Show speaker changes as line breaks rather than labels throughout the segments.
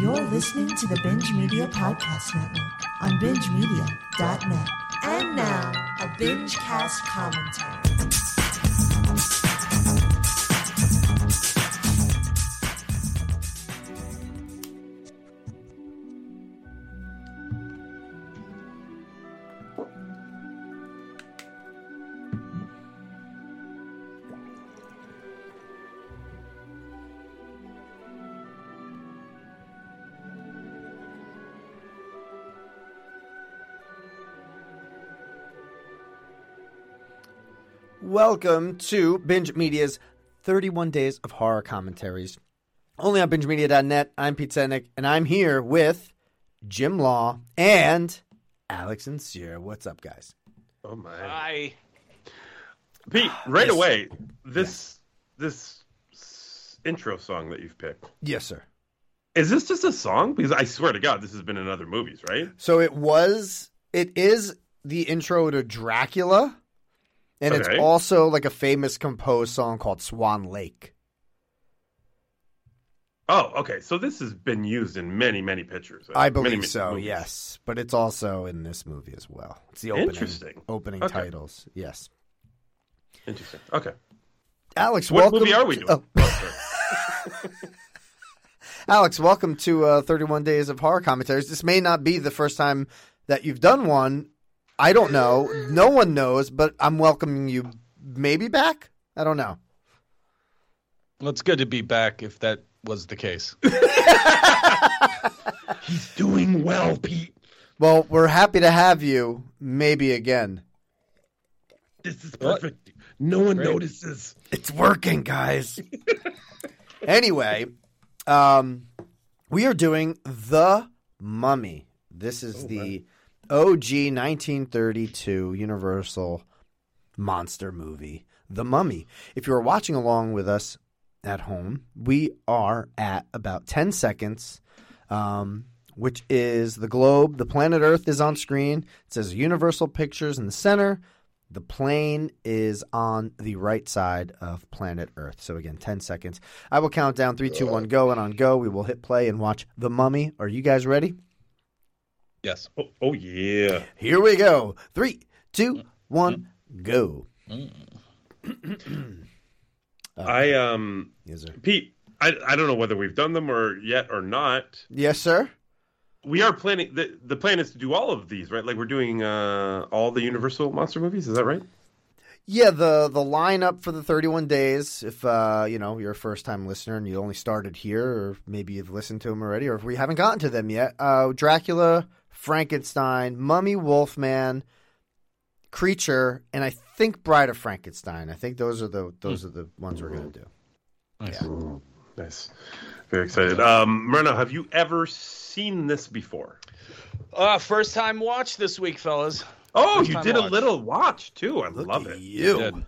You're listening to the Binge Media Podcast Network on bingemedia.net. And now, a Binge Cast commentary.
Welcome to Binge Media's 31 Days of Horror Commentaries. Only on BingeMedia.net, I'm Pete Senick, and I'm here with Jim Law and Alex and Sierra. What's up, guys?
Oh my.
I
Pete, right
Yes.
away, this this s- intro song that you've picked.
Yes, sir.
Is this just a song? Because I swear to God, this has been in other movies, right?
So it was, it is the intro to Dracula, and it's
Okay.
also like a famous composed song called Swan Lake.
Oh, okay. So this has been used in many, many pictures. uh,
I
many,
believe
many
so,
movies.
yes. But it's also in this movie as well. It's the opening,
Interesting.
opening
Okay.
titles. Yes.
Interesting. Okay.
Alex,
What
welcome.
movie are we
to-
doing?
oh.
Oh, sorry.
Alex, welcome to uh, 31 Days of Horror Commentaries. This may not be the first time that you've done one. I don't know. No one knows, but I'm welcoming you maybe back? I don't know.
well, it's good to be back if that was the case.
He's doing well, Pete.
Well, we're happy to have you maybe again.
This is
What?
perfect. No one
Great.
notices.
It's working, guys. anyway, um, we are doing The Mummy. This is the OG 1932 Universal monster movie, The Mummy. If you are watching along with us at home, we are at about 10 seconds, um, which is the globe. The planet Earth is on screen. It says Universal Pictures in the center. The plane is on the right side of planet Earth. So again, 10 seconds. I will count down three, two, one, go. And on go, we will hit play and watch The Mummy. Are you guys ready?
Yes.
Oh, oh yeah.
Here we go. Three, two, one, go.
I um,
Yes, sir.
Pete. I, I don't know whether we've done them or yet or not.
Yes, sir.
we are planning the, the plan is to do all of these right like we're doing uh all the universal monster movies is that right
Yeah, the the lineup for the 31 days. If uh, you know you're a first time listener and you only started here, or maybe you've listened to them already, or if we haven't gotten to them yet, uh, Dracula, Frankenstein, Mummy, Wolfman, Creature, and I think Bride of Frankenstein. I think those are the those are the ones we're gonna do.
nice very excited um Myrna, have you ever seen this before
Uh, first time watch this week, fellas.
oh
First
you
time
did a
watch.
little watch too i
Look
love
at
it
you.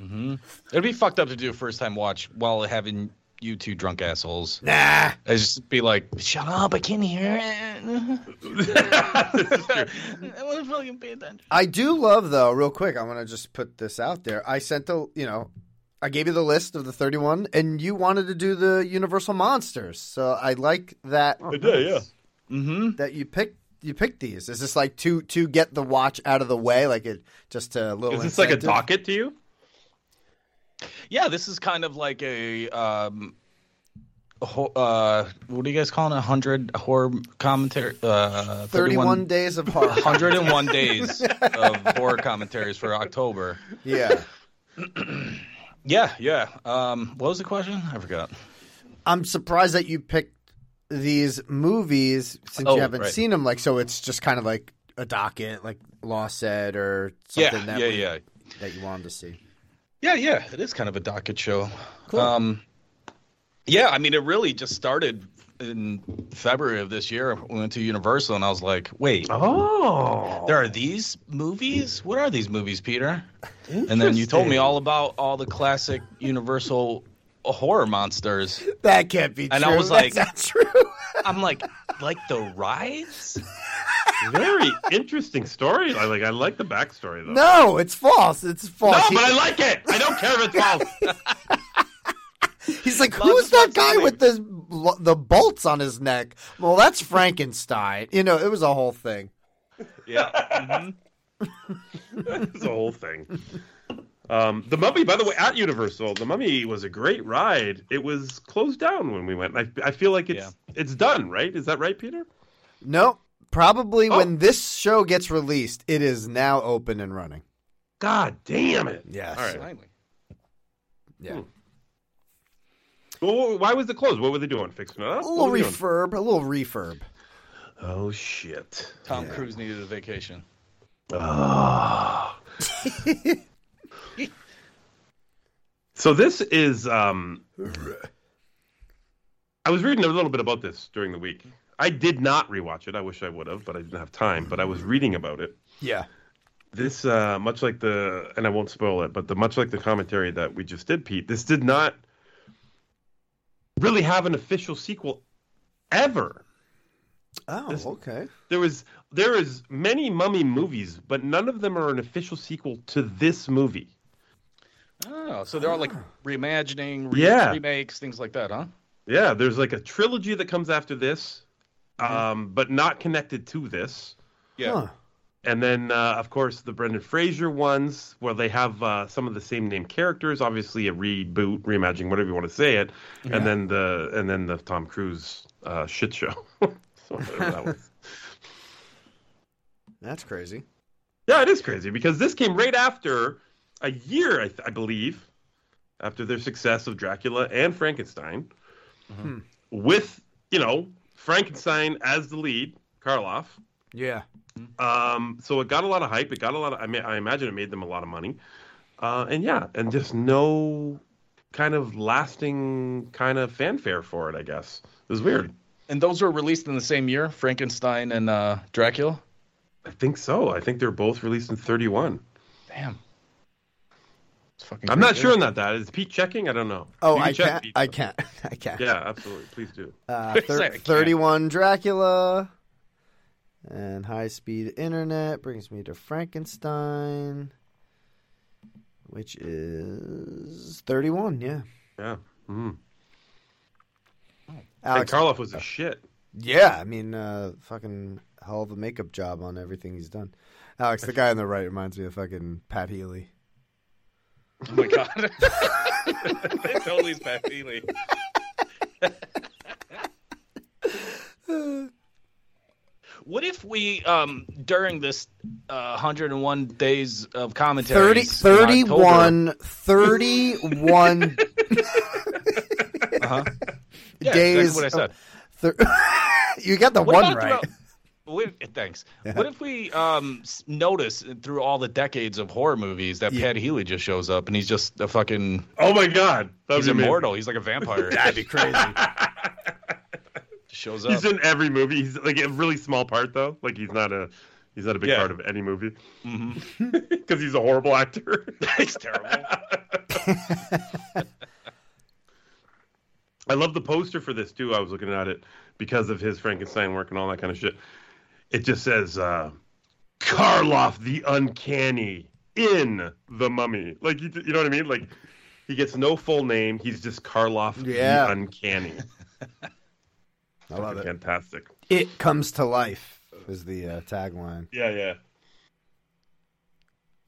Mm-hmm. It'd be fucked up to do a first time watch while having you two drunk assholes.
Nah.
I just be like, shut up, I can't hear it.
This is true.
I want to fucking pay attention.
I do love though, real quick, I want to just put this out there. I sent the, you know, I gave you the list of the 31 and you wanted to do the universal monsters. So I like that
I did, yeah.
Mm-hmm.
that you picked you picked these. Is this like to to get the watch out of the way like it just a little
is this like a
incentive?
docket to you
Yeah, this is kind of like a um, a ho- uh, what do you guys call it? A hundred horror commentary. Uh,
31 days of horror.
101 days of horror commentaries for October.
yeah.
Yeah, yeah. Um, what was the question? I forgot.
I'm surprised that you picked these movies since
Oh,
you haven't
right.
seen them like so it's just kind of like a docket like Law said or something
yeah,
that
yeah,
we-
yeah,
that you wanted to see.
yeah, yeah. It is kind of a docket show.
Cool.
Um, yeah, I mean, it really just started in February of this year. We went to Universal, and I was like, "Wait,
oh
there are these movies? What are these movies, Peter?" And then you told me all about all the classic Universal horror monsters.
That can't be
And
true.
I was like-
that's not true.
I'm like, like the rides.
very interesting story i like i like the backstory though
no, it's false. It's
No,
false.
but I like it. I don't care if it's false.
He's like,
Lots
who's
of
that
spots
guy
coming.
with the the bolts on his neck? Well, that's Frankenstein. You know, it was a whole thing.
Yeah. Mhm.
That's the whole thing. Um, the Mummy, by the way, at Universal, the Mummy was a great ride. It was closed down when we went. I, I feel like it's it's done, right? Is that right, Peter?
No, probably
Oh.
when this show gets released, it is now open and running.
God damn it!
Yes.
All right.
Finally.
Yeah.
Well, wh- why was it closed? What were they doing? Fixing it up?
A
What
little
were they doing?
refurb, a little refurb.
Oh shit!
Tom Cruise needed a vacation.
Ah. so this is. Um, I was reading a little bit about this during the week. I did not rewatch it. I wish I would have, but I didn't have time. But I was reading about it.
Yeah.
this uh, much like the and i won't spoil it but the much like the commentary that we just did pete this did not really have an official sequel ever
Oh,
This-
okay.
there was there is many mummy movies but none of them are an official sequel to this movie
Oh, so they're all like reimagining, re-
Ah. Yeah.
remakes, things like that, huh?
yeah there's like a trilogy that comes after this um, but not connected to this
Yeah.
Huh.
and then uh, of course the Brendan Fraser ones where they have uh, some of the same name characters, obviously a reboot, reimagining, whatever you want to say it, and then the and then the Tom Cruise uh, shit show. So whatever that was.
That's crazy.
Yeah, it is crazy because this came right after a year, I, th- I believe, after their success of Dracula and Frankenstein, with you know Frankenstein as the lead, Karloff.
Yeah.
Um, so it got a lot of hype. It got a lot of. I mean, I imagine it made them a lot of money. Uh, and yeah, and just no kind of lasting kind of fanfare for it. I guess it was weird.
And those were released in the same year, Frankenstein and uh, Dracula.
I think so. I think they're both released in 31.
Damn. It's fucking
I'm
great
not
deal.
sure on that. That is Pete checking. I don't know.
Oh,
You can
I
check,
can't.
Pete.
I can't. I can't.
Yeah, absolutely. Please do.
Uh,
It's like I
thir-
can't.
31 Dracula and high speed internet brings me to Frankenstein, which is 31. Yeah.
Yeah. Mm. And
Alex,
Karloff was a shit.
yeah. I mean, uh, fucking hell of a makeup job on everything he's done. Alex, the guy on the right reminds me of fucking Pat Healy.
Oh my god. it totally is Pat Healy. What if we, um, during this uh, 101 days of commentary,
30, 31, 31
uh
days.
what I said.
thir- you got the
What
one
about
right.
throughout- what if- thanks. What if we um, s- notice through all the decades of horror movies that Pat Healy just shows up and he's just a fucking
Oh my god, that
he's immortal. He's like a vampire. That'd be crazy. shows up.
He's in every movie. He's like a really small part though. Like he's not a he's not a big
Yeah.
part of any movie
Mhm.
because he's a horrible actor.
He's terrible.
I love the poster for this too. I was looking at it because of his Frankenstein work and all that kind of shit. It just says uh, Karloff the Uncanny in the Mummy. Like you, you know what I mean? Like he gets no full name. He's just Karloff
Yeah.
the Uncanny.
I love it.
Fantastic.
It comes to life is the uh, tagline.
Yeah, yeah.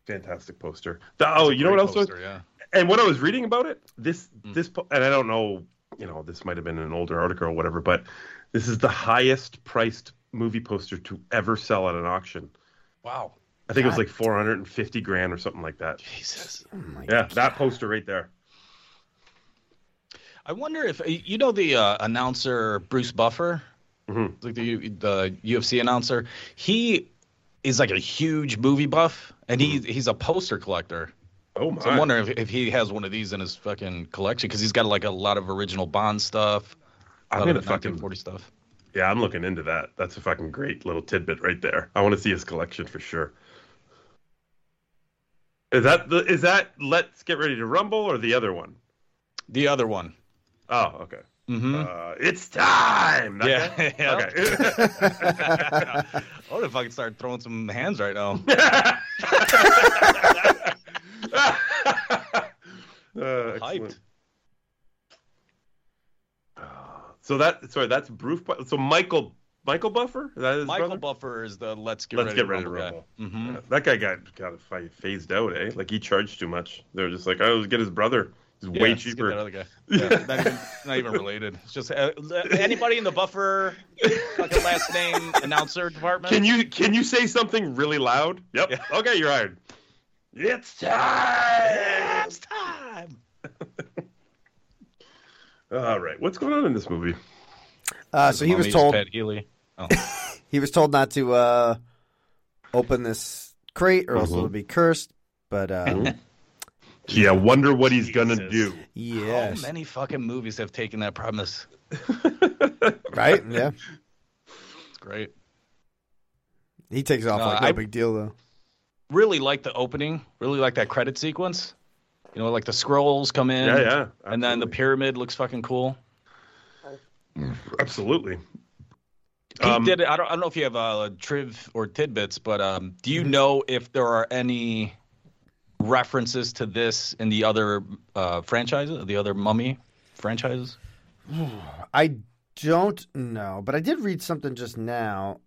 Fantastic poster. The- oh, you know what else? was-
Poster, Hmm. yeah.
and when I was reading about it, this this po- and I don't know, you know, this might have been an older article or whatever, but this is the highest priced movie poster to ever sell at an auction.
Wow.
I think it was like 450 grand or something like that.
Jesus.
Oh my
Yeah, that poster right there.
I wonder if you know the uh, announcer Bruce Buffer,
Mhm.
like the the UFC announcer. He is like a huge movie buff, and he he's a poster collector.
Oh my.
So I'm wondering if, if he has one of these in his fucking collection because he's got like a lot of original Bond stuff, uh, a
I'm
lot of
gonna fucking
1940 stuff.
Yeah, I'm looking into that. That's a fucking great little tidbit right there. I want to see his collection for sure. Is that the is that let's get ready to rumble or the other one?
The other one.
Oh, okay.
Mm-hmm.
Uh, it's time. That
Yeah.
guy?
Yeah.
Okay.
I would if I could start throwing some hands right now.
uh,
Hyped.
uh, excellent. So that sorry, that's Bruce. Bu- So Michael Michael Buffer. Is that his
Michael
brother?
Buffer is the let's get
Let's
ready
get
to
ready to
rumble guy. Mhm.
Yeah, that guy got got fi- phased out, eh? Like he charged too much. They were just like, oh, let's get his brother. He's
Yeah,
way
let's get that
cheaper.
other guy. Yeah, not, even, not even related. It's just uh, anybody in the Buffer fucking last name announcer department.
Can you can you say something really loud? Yep.
Yeah.
Okay, you're hired. It's time.
It's time.
All right. What's going on in this movie?
Uh, so he was told
Pat Healy. Oh.
he was told not to uh, open this crate or else
Mhm.
it'll be cursed. But uh,
Yeah, wonder what he's gonna
Jesus.
do.
yes,
How many fucking movies have taken that premise?
right? Yeah,
It's great.
he takes off
No,
like no
I-
big deal though.
Really like the opening. Really like that credit sequence. You know, like the scrolls come in.
yeah, yeah.
And then the
absolutely.
pyramid looks fucking cool.
absolutely.
Pete
Um,
did it. I don't, I don't know if you have uh, triv or tidbits, but um, do you know if there are any references to this in the other uh, franchises, the other Mummy franchises?
I don't know, but I did read something just now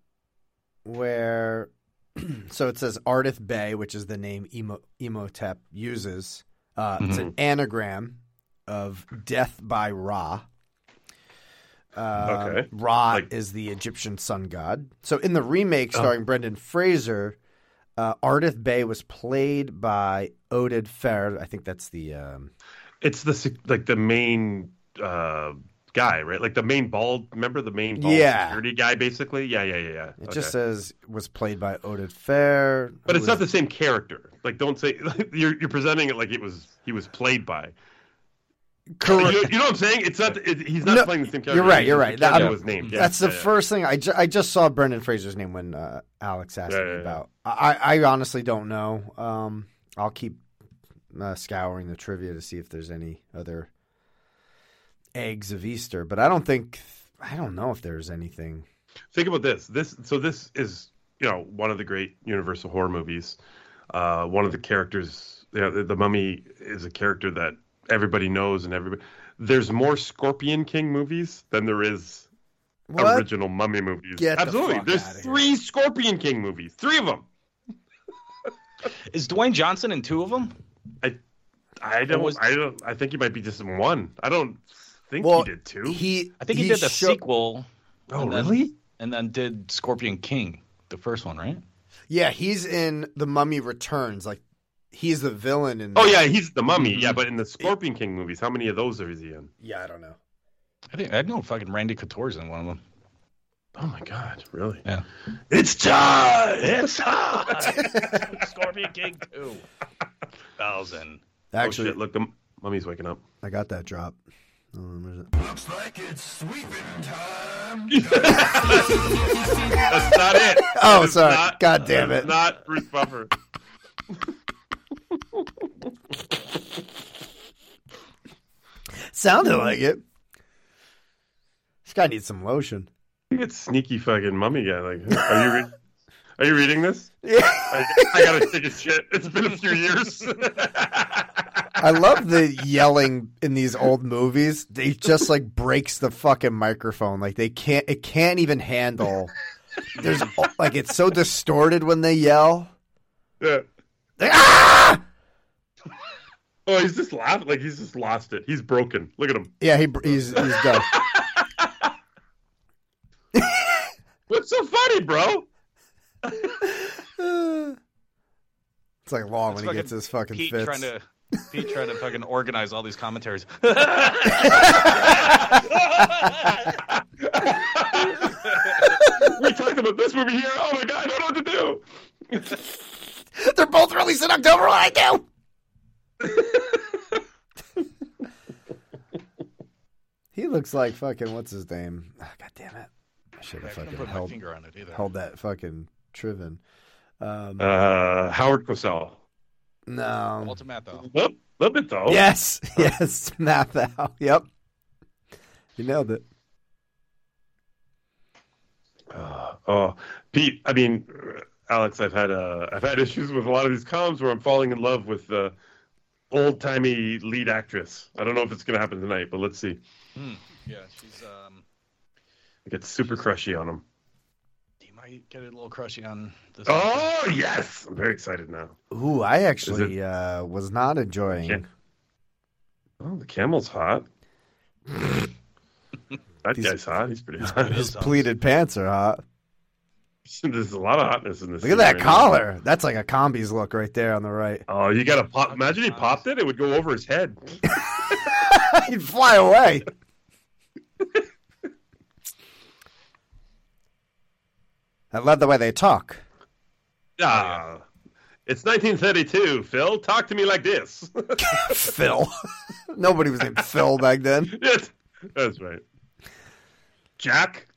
where so it says Ardith Bay, which is the name Emo, Emotep uses. Uh, It's
Mm-hmm.
an anagram of death by Ra. Uh,
Okay.
Ra
Like- Oh.
is the Egyptian sun god. So in the remake starring Brendan Fraser, uh, Ardith Bay was played by Oded Fer. I think that's the um,
It's the sec- like the main uh, guy, right? Like the main bald. Remember the main bald
Yeah.
security guy, basically. Yeah, yeah, yeah, yeah.
It
Okay.
just says was played by Oded Fair.
but it's not the same character. Like, don't say you're you're presenting it like it was he was played by. You,
correct.
you know what I'm saying? It's not. It, he's not
No,
playing the same character.
you're right, you're
It's
right.
the character
I'm-
that was named. Yeah,
That's the
yeah, yeah.
first thing I, ju- I just saw Brendan Fraser's name when uh, Alex asked
Yeah,
me
yeah, yeah.
about. I, I honestly don't know. Um, I'll keep uh, scouring the trivia to see if there's any other eggs of Easter, but I don't think I don't know if there's anything.
think about this this so this is you know one of the great universal horror movies uh one of the characters you know, the, the mummy is a character that everybody knows and everybody there's more scorpion king movies than there is
What?
original mummy movies
Get the
absolutely
fuck
there's
outta here.
three scorpion king movies three of them
Is Dwayne Johnson in two of them?
i don't
was-
i don't i think he might be just in one i don't think
Well,
he did two
He
I think he, did the
sho-
sequel.
Oh,
and then-
really?
And then did Scorpion King, the first one, right?
Yeah, he's in the Mummy Returns. Like he's the villain in.
oh yeah he's the mummy
Mhm.
yeah but in the scorpion king movies how many of those is he in
yeah. I don't know.
I think I know fucking Randy Couture's in one of them.
oh my god really
Yeah.
it's time it's time Oh,
Scorpion King two thousand.
Actually,
oh, shit, look, the m- mummy's waking up.
I got that drop. Um, where's it?
That's not it.
Oh,
That's
sorry.
not-
God damn
that's
it.
Not Bruce Buffer.
Sounded like it. This guy needs some lotion.
It's sneaky fucking mummy guy. Like, are you re- are you reading this?
Yeah.
I, I gotta take a shit. It's been a few years.
I love the yelling in these old movies. They just like breaks the fucking microphone. Like they can't it can't even handle there's like it's so distorted when they yell.
Yeah.
They- ah!
Oh, he's just laughing. Like he's just lost it. He's broken. Look at him.
Yeah, he, br- he's he's done.
What's so funny, bro?
It's like long
It's
when he gets
fucking
his fucking
Pete
fits.
trying to Pete trying to fucking organize all these commentaries.
We talked about this movie here. Oh my god, I don't know what to do.
They're both released in October. What do I do? he looks like fucking what's his name? Ah, God damn it! I should
I
have
couldn't
fucking
put my
held,
finger on it either.
held that fucking Triven. Um,
Uh, Howard Cosell.
no.
Walter Matthau.
Well, little bit Uh-huh. though.
Yes, yes, map out. Yep, you nailed it.
Uh, oh, Pete. I mean, Alex. I've had uh, I've had issues with a lot of these columns where I'm falling in love with the old timey lead actress. I don't know if it's gonna happen tonight, but let's see.
Hmm. Yeah, she's um
It gets super crushy on him.
You might get a little crushy on this.
Oh yes, I'm very excited now.
Ooh, I actually uh, was not enjoying.
Yeah. Oh, the camel's hot. that
These-
guy's hot. He's pretty hot.
His
um,
pleated pants are hot.
There's a lot of hotness in this.
Look at
scene
that
right now.
collar. That's like a combi's look right there on the right.
Oh, you got to pop. Imagine he popped it; it would go over his head.
He'd fly away. I love the way they talk.
Ah, it's 1932. Phil, talk to me like this.
Phil. Nobody was named Phil back then.
Yes, that's right. Jack.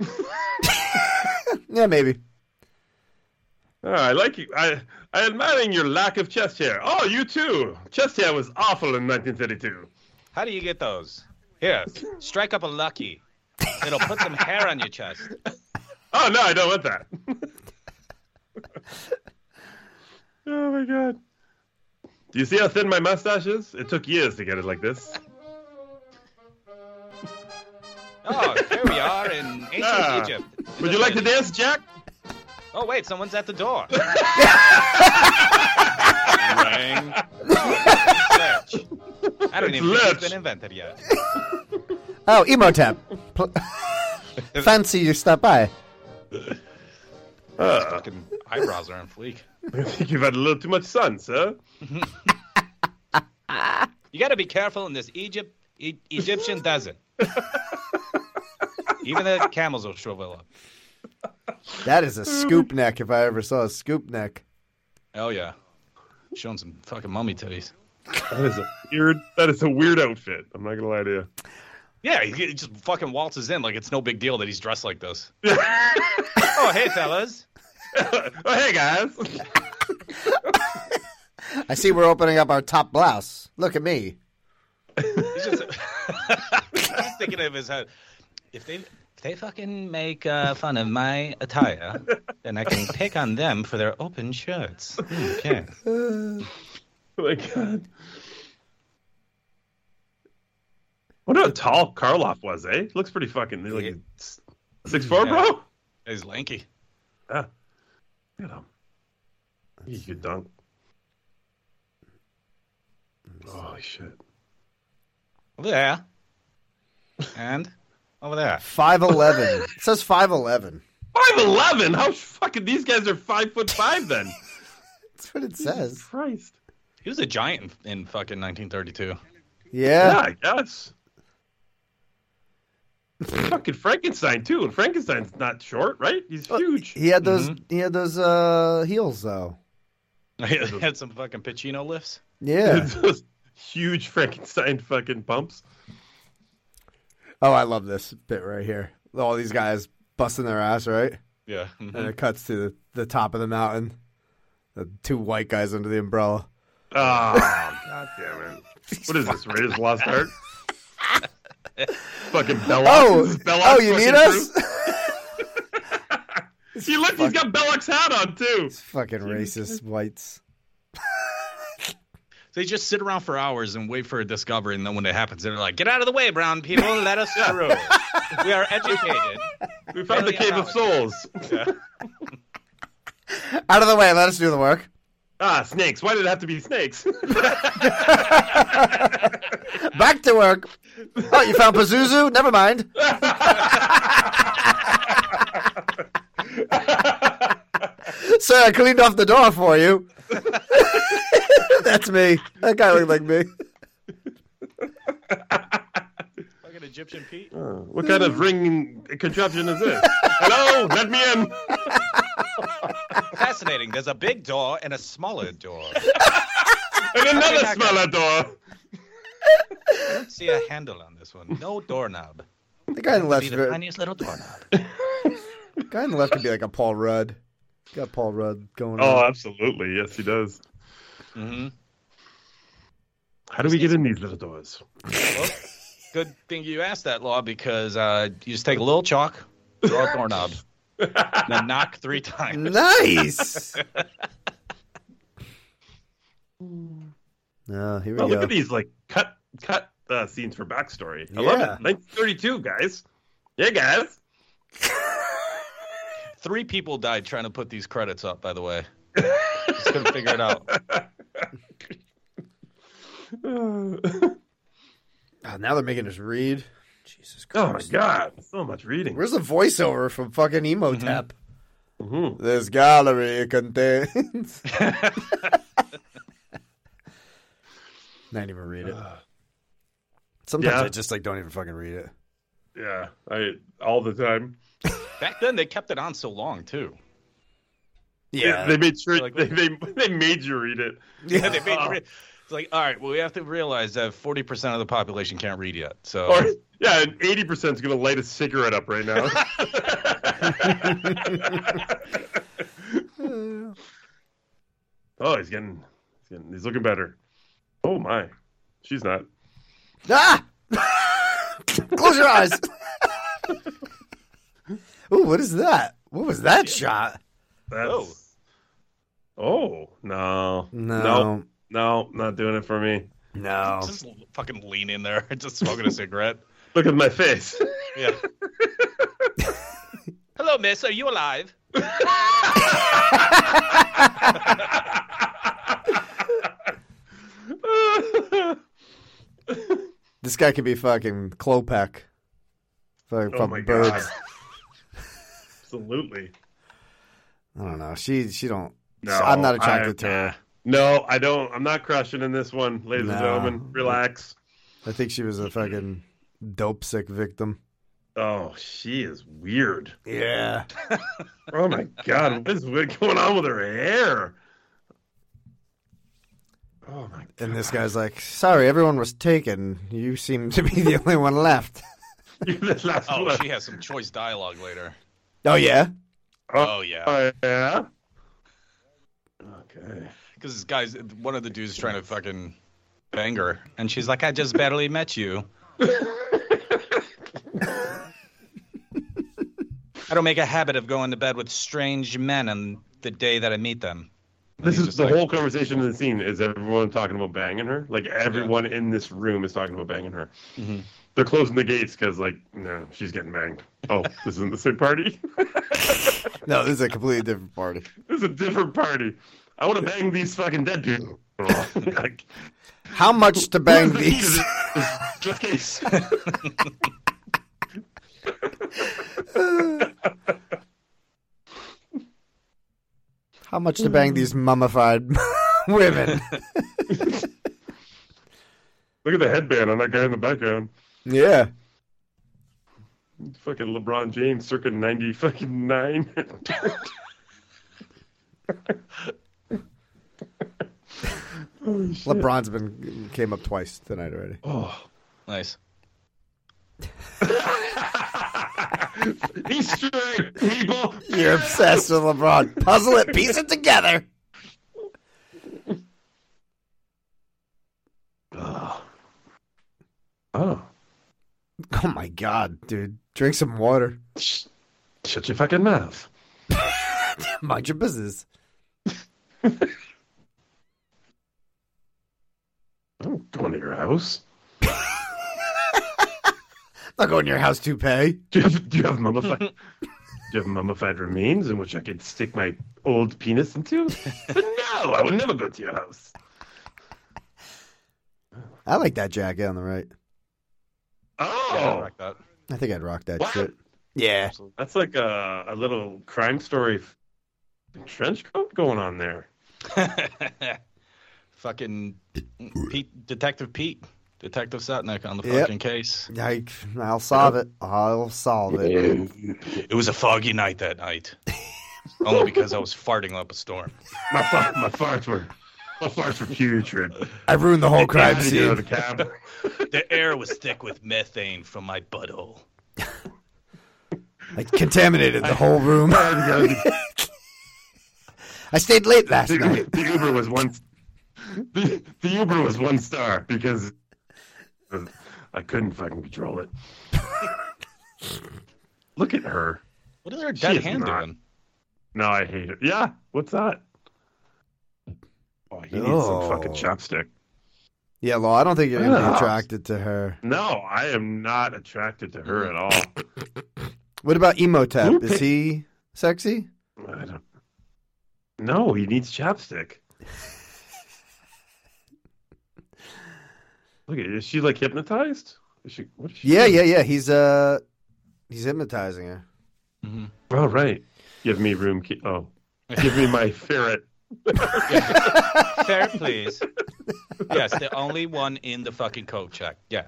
Yeah, maybe.
Oh, I like you. I I admiring your lack of chest hair. Oh, you too. Chest hair was awful in 1932.
How do you get those? Here, strike up a lucky. It'll put some hair on your chest.
Oh no, I don't want that. oh my god. Do you see how thin my mustache is? It took years to get it like this.
Oh, here we are in ancient
Ah.
Egypt.
Would you like to dance, Jack?
Oh wait, someone's at the door.
Ring.
Search. I don't even think
Lurch.
it's been invented yet.
Oh, Emotep. Pl- Fancy you stop by.
Uh,
Fucking eyebrows are on fleek.
I think you've had a little too much sun, sir.
You got to be careful in this Egypt. E- Egyptian desert. Even the camels will shrivel up.
That is a scoop neck if I ever saw a scoop neck.
Hell yeah. Showing some fucking mummy titties.
That is a weird. That is a weird outfit. I'm not gonna lie to you.
Yeah, he he just fucking waltzes in like it's no big deal that he's dressed like this.
Oh hey fellas.
Oh hey guys.
I see we're opening up our top blouse. Look at me.
He's just, he's thinking of his head. If they if they fucking make uh, fun of my attire, then I can pick on them for their open shirts. Hmm, Okay.
Oh my god. What a tall Karloff was, eh? Looks pretty fucking like
Yeah.
s- six four, bro.
He's lanky.
Yeah. Look at him. He could dunk. Holy shit.
Over there. And over there.
5'11. it says 5'11.
Five eleven? How fucking these guys are five foot five then?
That's what it says.
Christ.
He was a giant in, in fucking 1932.
Yeah,
Yeah.
I guess. fucking Frankenstein too, and Frankenstein's not short, right? He's huge.
Uh, He had those he had those uh heels though.
He had some fucking Pacino lifts.
Yeah.
Those huge Frankenstein fucking bumps.
Oh, I love this bit right here. All these guys busting their ass, right?
Yeah.
Mm-hmm.
And it cuts to the, the top of the mountain. The two white guys under the umbrella.
Oh, god damn it. What is this? Raiders of the Lost Ark? fucking Belloc.
Oh,
Is Belloc
oh, you
fucking
need us?
Drew? See, look, he's got Belloc's hat on too.
It's fucking racist whites.
They just sit around for hours and wait for a discovery, and then when it happens, they're like, "Get out of the way, Brown people!
People let us through. We are educated.
We found the
Yeah.
Cave of Souls.
Out of the way, let us do the work.
Ah, snakes. Why did it have to be snakes?
Back to work. Oh, you found Pazuzu? Never mind. Sir, I cleaned off the door for you. That's me. That guy looked like me.
Fucking Egyptian Pete."
what kind of ring contraption is this? Hello, let me in.
Fascinating. There's a big door and a smaller door.
And another smaller door.
I don't see a handle on this one. No doorknob.
The guy on the left,
See
is
the
very,
tiniest little doorknob.
the guy on the left could be like a Paul Rudd. Got Paul Rudd going
Oh,
on.
absolutely. Yes, he does.
Mm-hmm.
How do we get in these little doors?
Good thing you asked that law because uh, you just take a little chalk, draw a doorknob, and then knock three times.
Nice. No, here we go.
Oh, look at these like cut cut uh, scenes for backstory. I
Yeah.
love it. 1932, guys. Yeah, guys.
Three people died trying to put these credits up. By the way, just couldn't figure it out.
Oh, now they're making us read. Jesus
oh my
Christ.
god, so much reading.
Where's the voiceover from fucking Emotep?
Mhm.
This gallery contains. Not even read it. Sometimes
Yeah.
I just like don't even fucking read it.
Yeah, I all the time.
Back then, they kept it on so long too.
Yeah,
they made sure
Like-
they, they they made you read it.
Yeah, they made re- it's like, all right, well, we have to realize that forty percent of the population can't read yet. So
Oh.
Or yeah, and eighty percent is gonna light a cigarette up right now. oh, he's getting, he's getting, he's looking better. Oh my, she's not.
Ah! Close your eyes. Ooh, what is that? What was that shot?
That's... Oh, oh no,
No.
no, not doing it for me.
No.
just fucking lean in there, just smoking a cigarette.
Look at my face.
Yeah. Hello, miss. Are you alive?
Oh
This guy could be fucking Klopek. Fucking
oh
from
my
birds.
god, absolutely.
I don't know. She she don't.
No,
I'm not
I-
attracted to her.
No, I don't. I'm not crushing in this one, ladies and
No.
gentlemen. Relax.
I think she was a fucking dope sick victim.
Oh, she is weird.
Yeah.
Oh my god, what is going on with her hair? Oh my god.
And this guy's like, sorry, everyone was taken. You seem to be the only one left.
This last
Oh,
one.
she has some choice dialogue later.
Oh yeah.
Oh,
Oh yeah,
oh, yeah. Okay.
because this guy's one of the dudes is trying to fucking bang her, and she's like, "I just barely met you. I don't make a habit of going to bed with strange men on the day that I meet them." And
This
he's
is
just
the
like,
whole conversation in the scene is everyone talking about banging her. Like everyone in this room is talking about banging her.
Mhm.
They're closing the gates because, like, no, she's getting banged. Oh, this isn't the same party.
No, this is a completely different party.
This is a different party. I want to bang these fucking dead people. like,
How much to bang
where's the key to
these?
this- this case?
How much to bang these mummified women?
Look at the headband on that guy in the background.
yeah.
Fucking LeBron James, circa ninety fucking nine.
LeBron's been came up twice tonight already.
oh,
nice.
he's straight, people.
You're obsessed with LeBron. Puzzle it, piece it together.
Oh. oh,
Oh my god, dude. Drink some water.
Shh. shut your fucking mouth.
Mind your business.
I'm going Oh, to your house.
I'm not going to your house to pay.
Do you have do you have mummified do you have mummified remains in which I could stick my old penis into? no, I will never go to your house.
I like that jacket on the right.
Yeah, I
Oh,
like that.
I think I'd rock that
What?
shit. Yeah.
that's like a, a little crime story f- trench coat going on there.
fucking Pete, Detective Pete, Detective Satnick on the
Yep.
fucking case.
I, I'll solve it. I'll solve it.
It was a foggy night that night, only because I was farting up a storm.
My fa- my farts were my farts were putrid.
I ruined the whole crime
Had to get out of
scene.
the cab.
The air was thick with methane from my butthole.
I contaminated the whole room.
I had to get out of the
I stayed late last
the,
night.
the Uber was one. The, the Uber was one star because I couldn't fucking control it. Look at her.
What is her
She
dead
is
hand
not.
doing?
No, I hate her. Yeah, what's that? Oh, he needs some fucking
Oh.
chopstick.
Yeah, Law, I don't think
Ah.
you're going to be
Ugh.
attracted to her.
No, I am not attracted to her at all.
What about Emotep?
Lupe-
Is he sexy?
I don't. No, he needs chopstick. Look at is she like hypnotized? Is she? What is she?
Yeah, yeah, yeah. He's uh, he's hypnotizing her.
Mm-hmm.
Oh right. Give me room key. Oh, give me my ferret.
Fair, please. yes, the only one in the fucking coat check. Yes.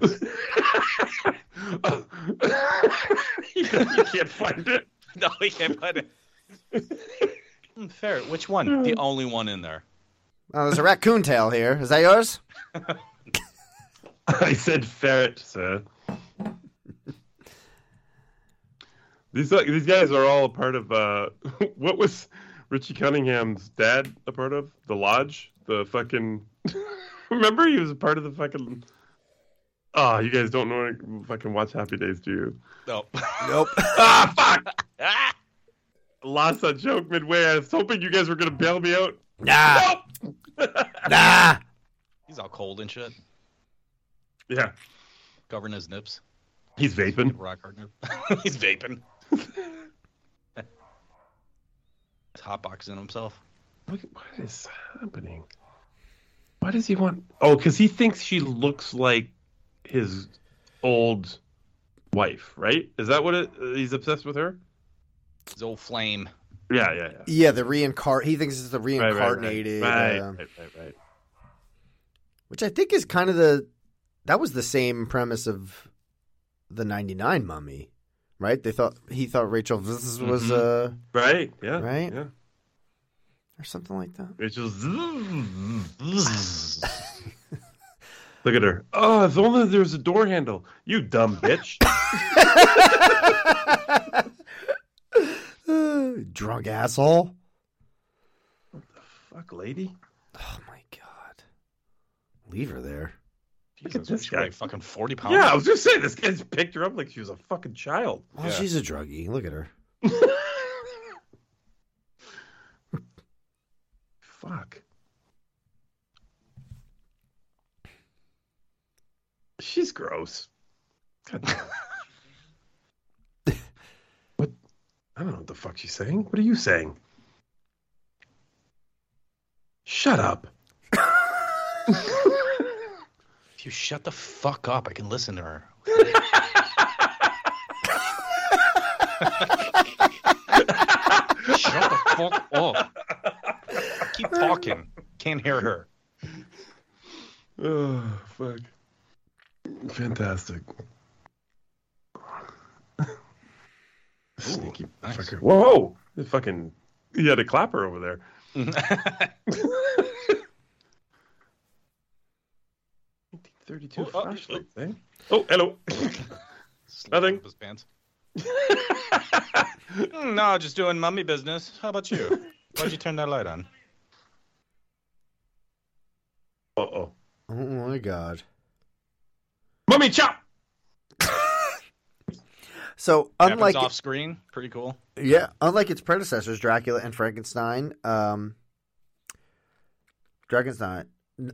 you can't find it.
No, we can't put it. Hmm, Fair. Which one? The only one in there.
Oh, there's a raccoon tail here. Is that yours?
I said ferret, sir. These like, these guys are all a part of uh, what was Richie Cunningham's dad a part of? The lodge, the fucking. Remember, he was a part of the fucking. Ah, you guys don't know to fucking watch Happy Days, do you?
No.
Nope.
Ah, fuck! Lost that joke midway. I was hoping you guys were gonna bail me out.
nah,
Nope.
nah.
He's all cold and shit.
Yeah,
Covering his nips.
he's vaping.
Rock hard nip. He's vaping. He's hotboxing himself.
Look at what is happening. Why does he want? Oh, because he thinks she looks like his old wife, right? Is that what it? He's obsessed with her.
His old flame.
Yeah, yeah, yeah.
Yeah, the reincarnate. He thinks it's the
Right, right,
reincarnated,
Right,
uh,
right, right, right, right.
which I think is kind of the. That was the same premise of the '99 Mummy, right? They thought he thought Rachel was was
Mm-hmm.
uh,
Right, yeah,
Right?
Yeah.
or something like that.
It's just. Look at her. Oh, if only there was a door handle. You dumb bitch.
Drunk Uh, asshole.
Fuck, lady.
Oh my god. Leave her there.
Look at
Jesus,
this
she
guy.
weighed fucking 40 pounds.
Yeah, I was just saying this guy's picked her up like she was a fucking child.
Well, she's a druggie. Look at her.
Fuck. She's gross. God damn. what? I don't know what the fuck she's saying. What are you saying? Shut up.
If you shut the fuck up, I can listen to her. shut the fuck up. Keep talking. Can't hear her.
Oh, fuck. Fantastic. Sneaky
nice.
fucker. Whoa! The fucking. You had a clapper over there. Thirty-two
Oh, oh,
flashlight thing. uh, Oh, hello. Nothing.
Up his pants. Mm, no, just doing mummy business. How about you? Why'd you turn that light on?
Uh oh.
Oh my god.
Mummy chop.
So
Happens
unlike
off screen. Pretty cool.
yeah, unlike its predecessors, Dracula and Frankenstein, um, Frankenstein,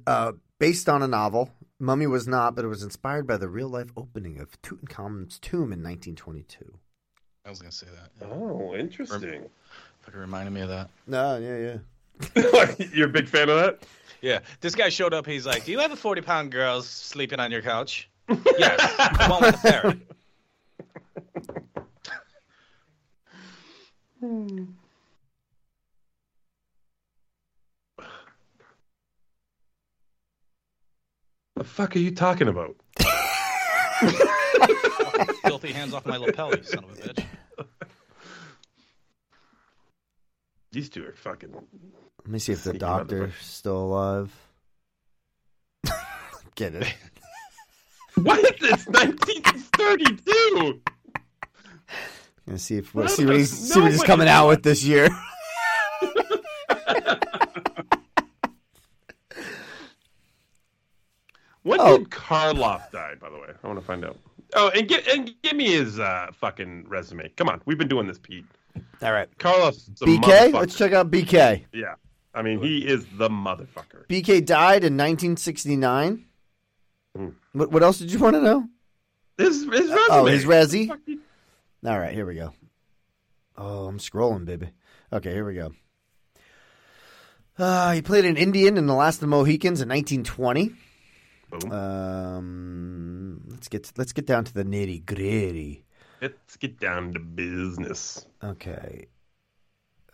uh, based on a novel. Mummy was not, but it was inspired by the real life opening of Tutankhamun's tomb in 1922.
I was gonna say that.
Oh, interesting.
Fucking reminded me of that.
No, yeah, yeah.
You're a big fan of that?
Yeah, this guy showed up. He's like, "Do you have a forty-pound girl sleeping on your couch?" yes, the one with the ferret.
The fuck are you talking about?
Filthy hands off my lapel, you son of a bitch.
These two are fucking.
Let me see if the
Sneaky
doctor's
motherfucker.
still alive. Get it?
What? It's 1932.
Gonna see if we'll
What
see what
the-
he's see what he's
nobody-
coming out with this year.
When
Oh.
did Karloff die? By the way, I want to find out. Oh, and get and give me his uh, fucking resume. Come on, we've been doing this, Pete.
All right,
Karloff's the
BK.
motherfucker.
Let's check out BK.
Yeah, I mean he is the motherfucker.
BK died in 1969.
Mm.
Hmm. What, what else did you want to know?
His his resume.
Oh, his resi.
Fuck you-
All right, here we go. Oh, I'm scrolling, baby. Okay, here we go. Uh, he played an Indian in The Last of the Mohicans in 1920.
Boom.
Uh. Um, let's get let's get down to the nitty gritty.
Let's get down to business.
Okay.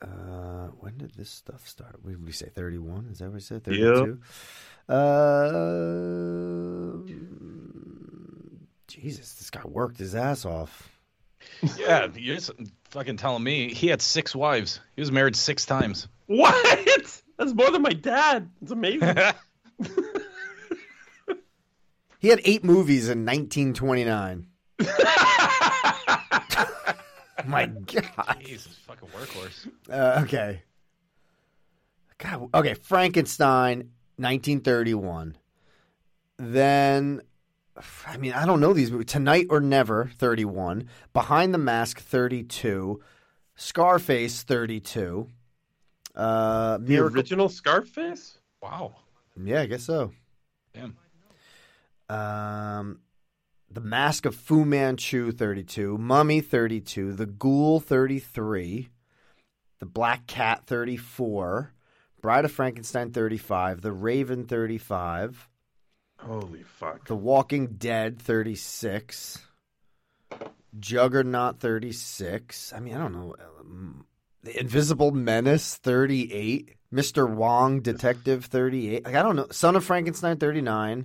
Uh, when did this stuff start? What did we say? Thirty-one? Is that what I said?
Yeah.
Thirty-two. Uh, Jesus, this guy worked his ass off.
Yeah, you're just fucking telling me he had six wives. He was married six times.
What? That's more than my dad. It's amazing.
He had eight movies in 1929. My God.
Jesus, fucking workhorse.
Uh, okay. God. Okay. Frankenstein, 1931. Then, I mean, I don't know these movies. Tonight or Never, 31. Behind the Mask, 32. Scarface, 32. Uh,
the
Miracle.
original Scarface?
Wow.
Yeah, I guess so.
Damn.
Um, the Mask of Fu Manchu, 32. Mummy, 32. The Ghoul, 33. The Black Cat, 34. Bride of Frankenstein, 35. The Raven, 35.
Holy fuck.
The Walking Dead, 36. Juggernaut, 36. I mean, I don't know. Um, The Invisible Menace, 38. Mr. Wong, Detective, 38. Like, I don't know. Son of Frankenstein, 39.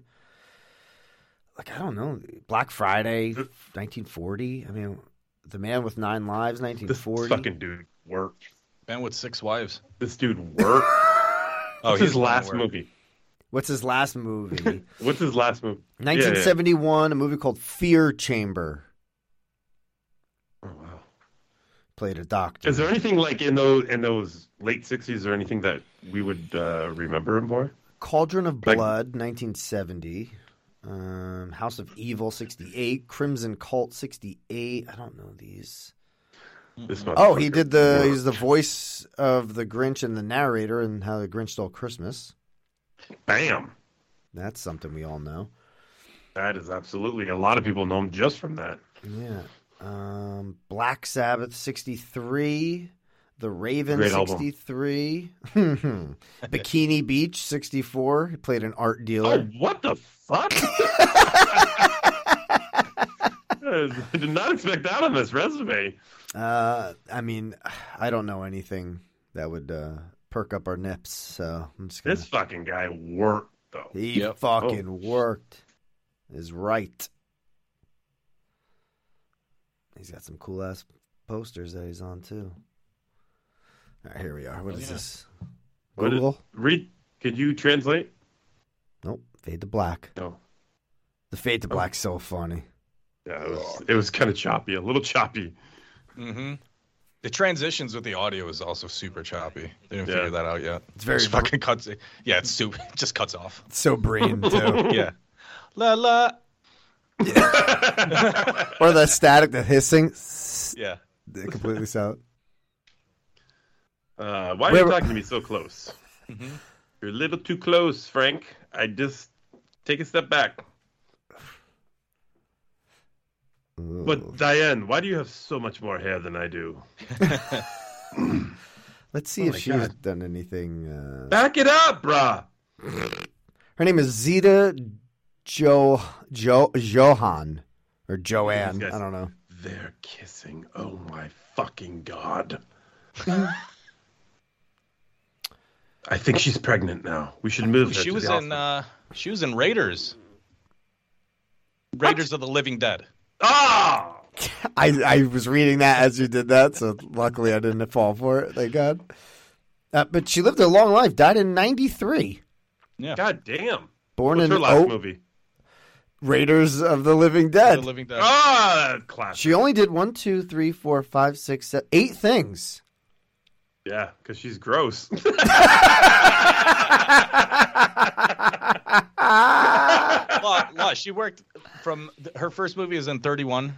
Like, I don't know. Black Friday, 1940. I mean, The Man with Nine Lives,
This
1940.
fucking dude worked.
Man with six wives.
This dude worked.
Oh,
What's
he
his
was
last
born work.
movie?
What's his last movie?
What's his last movie? Yeah, yeah.
1971, a movie called Fear Chamber.
Oh, wow.
Played a doctor.
Is there anything like in those in those late sixties or anything that we would uh, remember him for?
Cauldron of
Like-
Blood, 1970. Um, House of Evil, 68. Crimson Cult, 68. I don't know these.
This
Oh, he
motherfucker
did the.
worked.
He's the voice of the Grinch and the narrator in How the Grinch Stole Christmas.
Bam.
That's something we all know.
That is absolutely a lot of people know him just from that.
Yeah. Um, Black Sabbath, 63. The Raven,
Great album.
63. Bikini Beach, 64. He played an art
Oh,
dealer.
what the fuck? I did not expect that on this resume.
Uh, I mean, I don't know anything that would uh, perk up our nips, so I'm just gonna.
This fucking guy worked though.
He
Yep.
fucking worked. Is right. He's got some cool ass posters that he's on too. All right, here we are. What is
yeah.
this?
Oh, What is-
Google?
Read. Could you translate?
Nope. Fade to black.
No.
The fade to
Oh.
black's so funny.
Yeah, it was, it was kind of choppy, a little choppy.
Mm-hmm. The transitions with the audio is also super choppy. They didn't
Yeah.
figure that out yet.
It's very
Just fucking cuts. it- Yeah, it's super. It just cuts off.
It's so Breen too.
Yeah. la la.
or the static, the hissing,
Yeah.
completely silent.
Uh, why are
Where-
you talking to me so close?
Mm-hmm.
You're a little too close, Frank. I just take a step back. But Diane, why do you have so much more hair than I do?
Let's
Oh
see if she's done anything. Uh...
Back it up, brah.
Her name is Zita Jo Jo Johan or Joanne.
Yes.
I don't know.
They're kissing. Oh my fucking god. I think she's pregnant now. We should move. her
She
to
was
the
in. uh She was in Raiders. Raiders of the Living Dead.
hospital. Ah,
I I was reading that as you did that, so luckily I didn't fall for it. Thank God. Uh, but she lived a long life. Died in '93.
Yeah.
god damn.
Born
What's
in
her last
oh,
movie?
Raiders of the Living
The
Dead.
Living Dead.
Ah, classic.
She only did one, two, three, four, five, six, seven, eight things.
Yeah, because she's gross.
well, well, she worked from her first movie was in 31.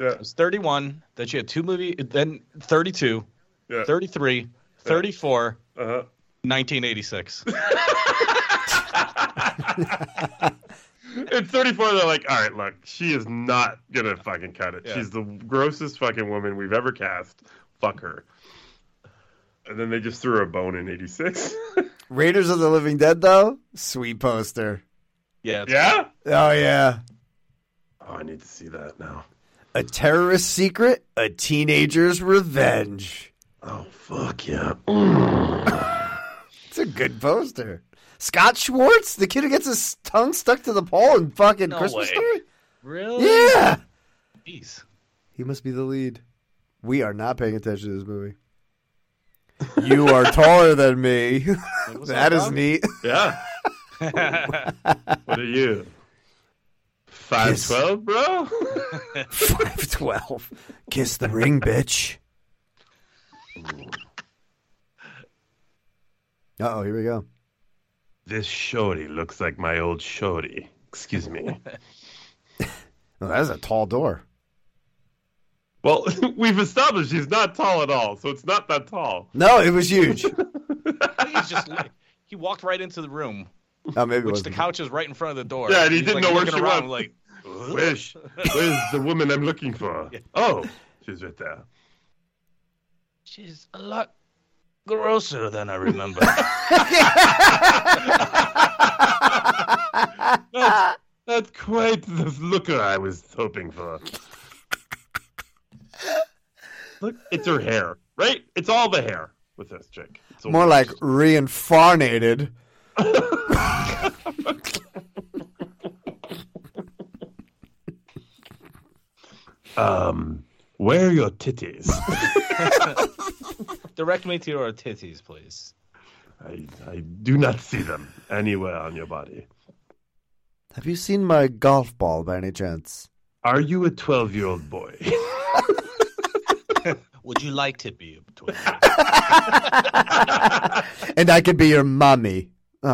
Yeah.
It was 31. Then she had two movie. Then 32,
Yeah.
33, 34,
Uh-huh.
1986.
At 34, they're like, all right, look, she is not gonna fucking cut it.
Yeah.
She's the grossest fucking woman we've ever cast. Fuck her. And then they just threw her a bone in 86.
Raiders of the Living Dead, though, sweet poster.
Yeah. it's-
yeah?
Oh yeah,
Oh, I need to see that now.
a terrorist secret, a teenager's revenge.
Oh, fuck yeah.
It's a good poster. Scott Schwartz, the kid who gets his tongue stuck to the pole in fucking
No
Christmas
way.
Story.
Really?
Yeah,
Jeez.
he must be the lead. We are not paying attention to this movie. You are taller than me. that is neat.
Yeah. what are you? 5'12, bro?
Five twelve. Kiss the ring, bitch. Uh oh, here we go.
this shorty looks like my old shorty. Excuse me.
Oh, that is a tall door.
Well, we've established he's not tall at all, so it's not that tall.
No, it was huge.
I think he's just he walked right into the room,
Oh, maybe it
which
was.
the couch is right in front of the door.
Yeah, and he
He's,
didn't
like,
know where
looking
she
around,
was.
Like,
Where's, where's the woman I'm looking for? Oh, she's right there.
She's a lot grosser than I remember.
Not quite the looker I was hoping for. Look, it's her hair, right? It's all the hair with this chick. It's all-
More like reincarnated.
um, where are your titties?
Direct me to your titties, please.
I, I do not see them anywhere on your body.
Have you seen my golf ball by any chance?
Are you a 12 year old boy?
Would you like to be a twin?
And I could be your mommy. Oh,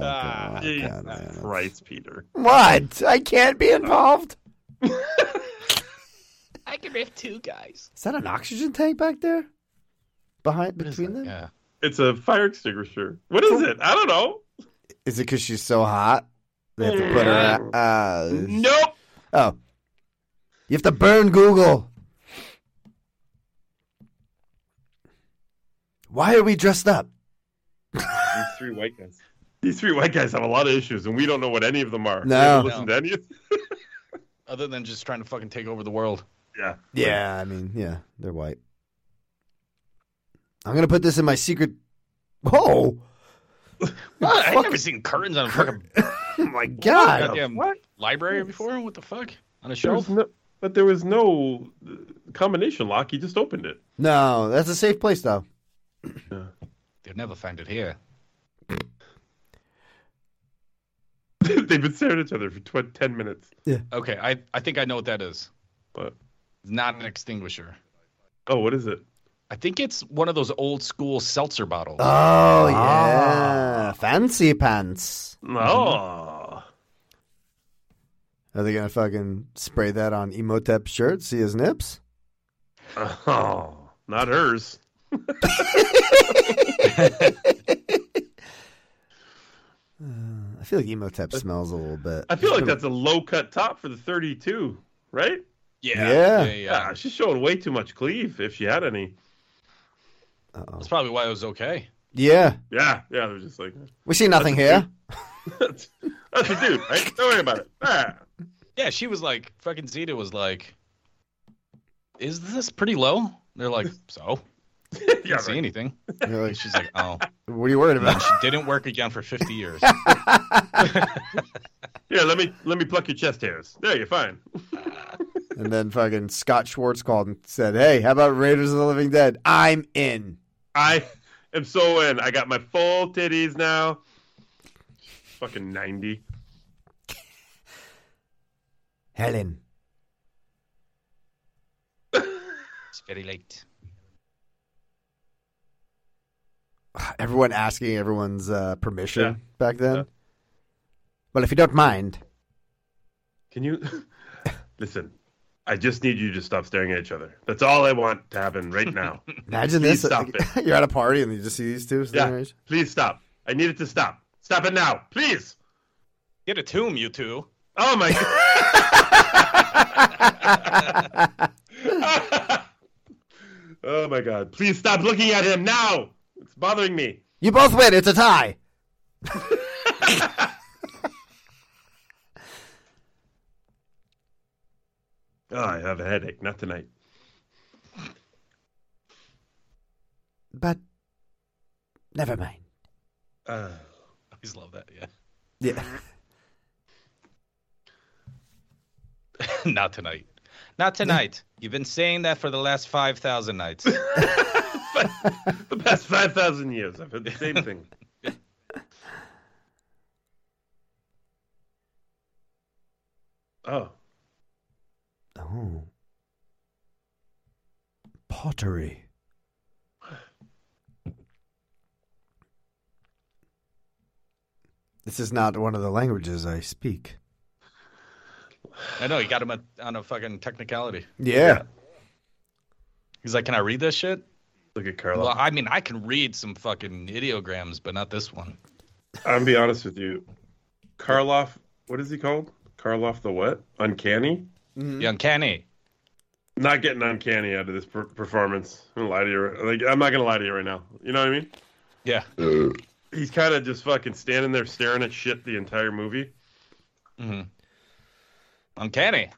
God,
Jesus
God, man.
Christ, Peter.
what? I can't be involved.
I can have two guys.
Is that an oxygen tank back there? Behind, between them? Is
yeah.
It's a fire extinguisher. What is it? I don't know.
it because she's so hot? They have to put her. Uh,
Nope.
oh, you have to burn Google. Why are we dressed up?
These three white guys. These three white guys have a lot of issues, and we don't know what any of them are. We
No.
haven't listened to any of
Other than just trying to fucking take over the world.
Yeah.
Yeah, I mean, yeah, they're white. I'm gonna put this in my secret. Oh Whoa!
What?
Fuck.
I've never seen curtains on a fucking
Oh my god!
goddamn
What?
library before. What the fuck? On a
There
shelf?
was no, but there was no uh, combination lock. He just opened it.
No, that's a safe place though.
They'd never find it here.
They've been staring at each other for tw- ten minutes.
Okay, I, I think I know what that is.
But
It's not an extinguisher.
oh, what is it?
I think it's one of those old school seltzer bottles.
Oh yeah, Ah, fancy pants.
Mm-hmm. Oh,
Are they gonna fucking spray that on Emotep's shirt? See his nips?
oh, not hers.
I feel like Emotep smells a little bit.
I feel like that's a low cut top for the thirty-two, right?
yeah.
yeah.
Yeah. yeah.
Ah, she's showing way too much cleave if she had any.
That's probably why it was okay.
Yeah,
Yeah, yeah. They're just like
we see nothing here.
that's, that's a dude, right? Don't worry about it. Ah.
Yeah, she was like, fucking Zeta was like, is this pretty low? And They're like, so?
Yeah,
Didn't see
right.
anything.
You're like,
And she's like, oh.
what are you worried
And
about?
she didn't work again for 50 years.
Yeah, let me let me pluck your chest hairs. There, you're fine.
And then fucking Scott Schwartz called and said, "Hey, how about Raiders of the Living Dead? I'm in."
I am so in. I got my full titties now. Fucking ninety.
Helen.
It's very late.
everyone asking everyone's uh, permission
Yeah.
back then.
Yeah.
Well, if you don't mind,
Can you listen? I just need you to stop staring at each other. That's all I want to happen right now.
imagine
Please
this:
stop
like, you're at a party and you just see these two.
yeah,
staring at each-
please stop. I need it to stop. Stop it now, please.
Get a tomb, you two.
Oh my god. oh my god. Please stop looking at him now. It's bothering me.
You both win. It's a tie.
Oh, I have a headache. Not tonight.
But never mind.
Uh,
Always love that. Yeah.
Yeah.
Not tonight. Not tonight. You've been saying that for the last five thousand nights.
the past 5,000 years, I've heard the same thing. oh.
Oh. Pottery. This is not one of the languages I speak.
I know you got him on- on a fucking technicality.
Yeah.
He's like, "Can I read this shit?"
Look at Carla.
Well, I mean, I can read some fucking ideograms, but not this one.
I'm gonna be honest with you. Karloff, what is he called? Karloff the what? Uncanny?
The uncanny.
Not getting uncanny out of this per- performance. I'm gonna lie to you. right- Like I'm not gonna lie to you right now. You know what I mean?
Yeah.
He's kind of just fucking standing there staring at shit the entire movie.
hmm Uncanny.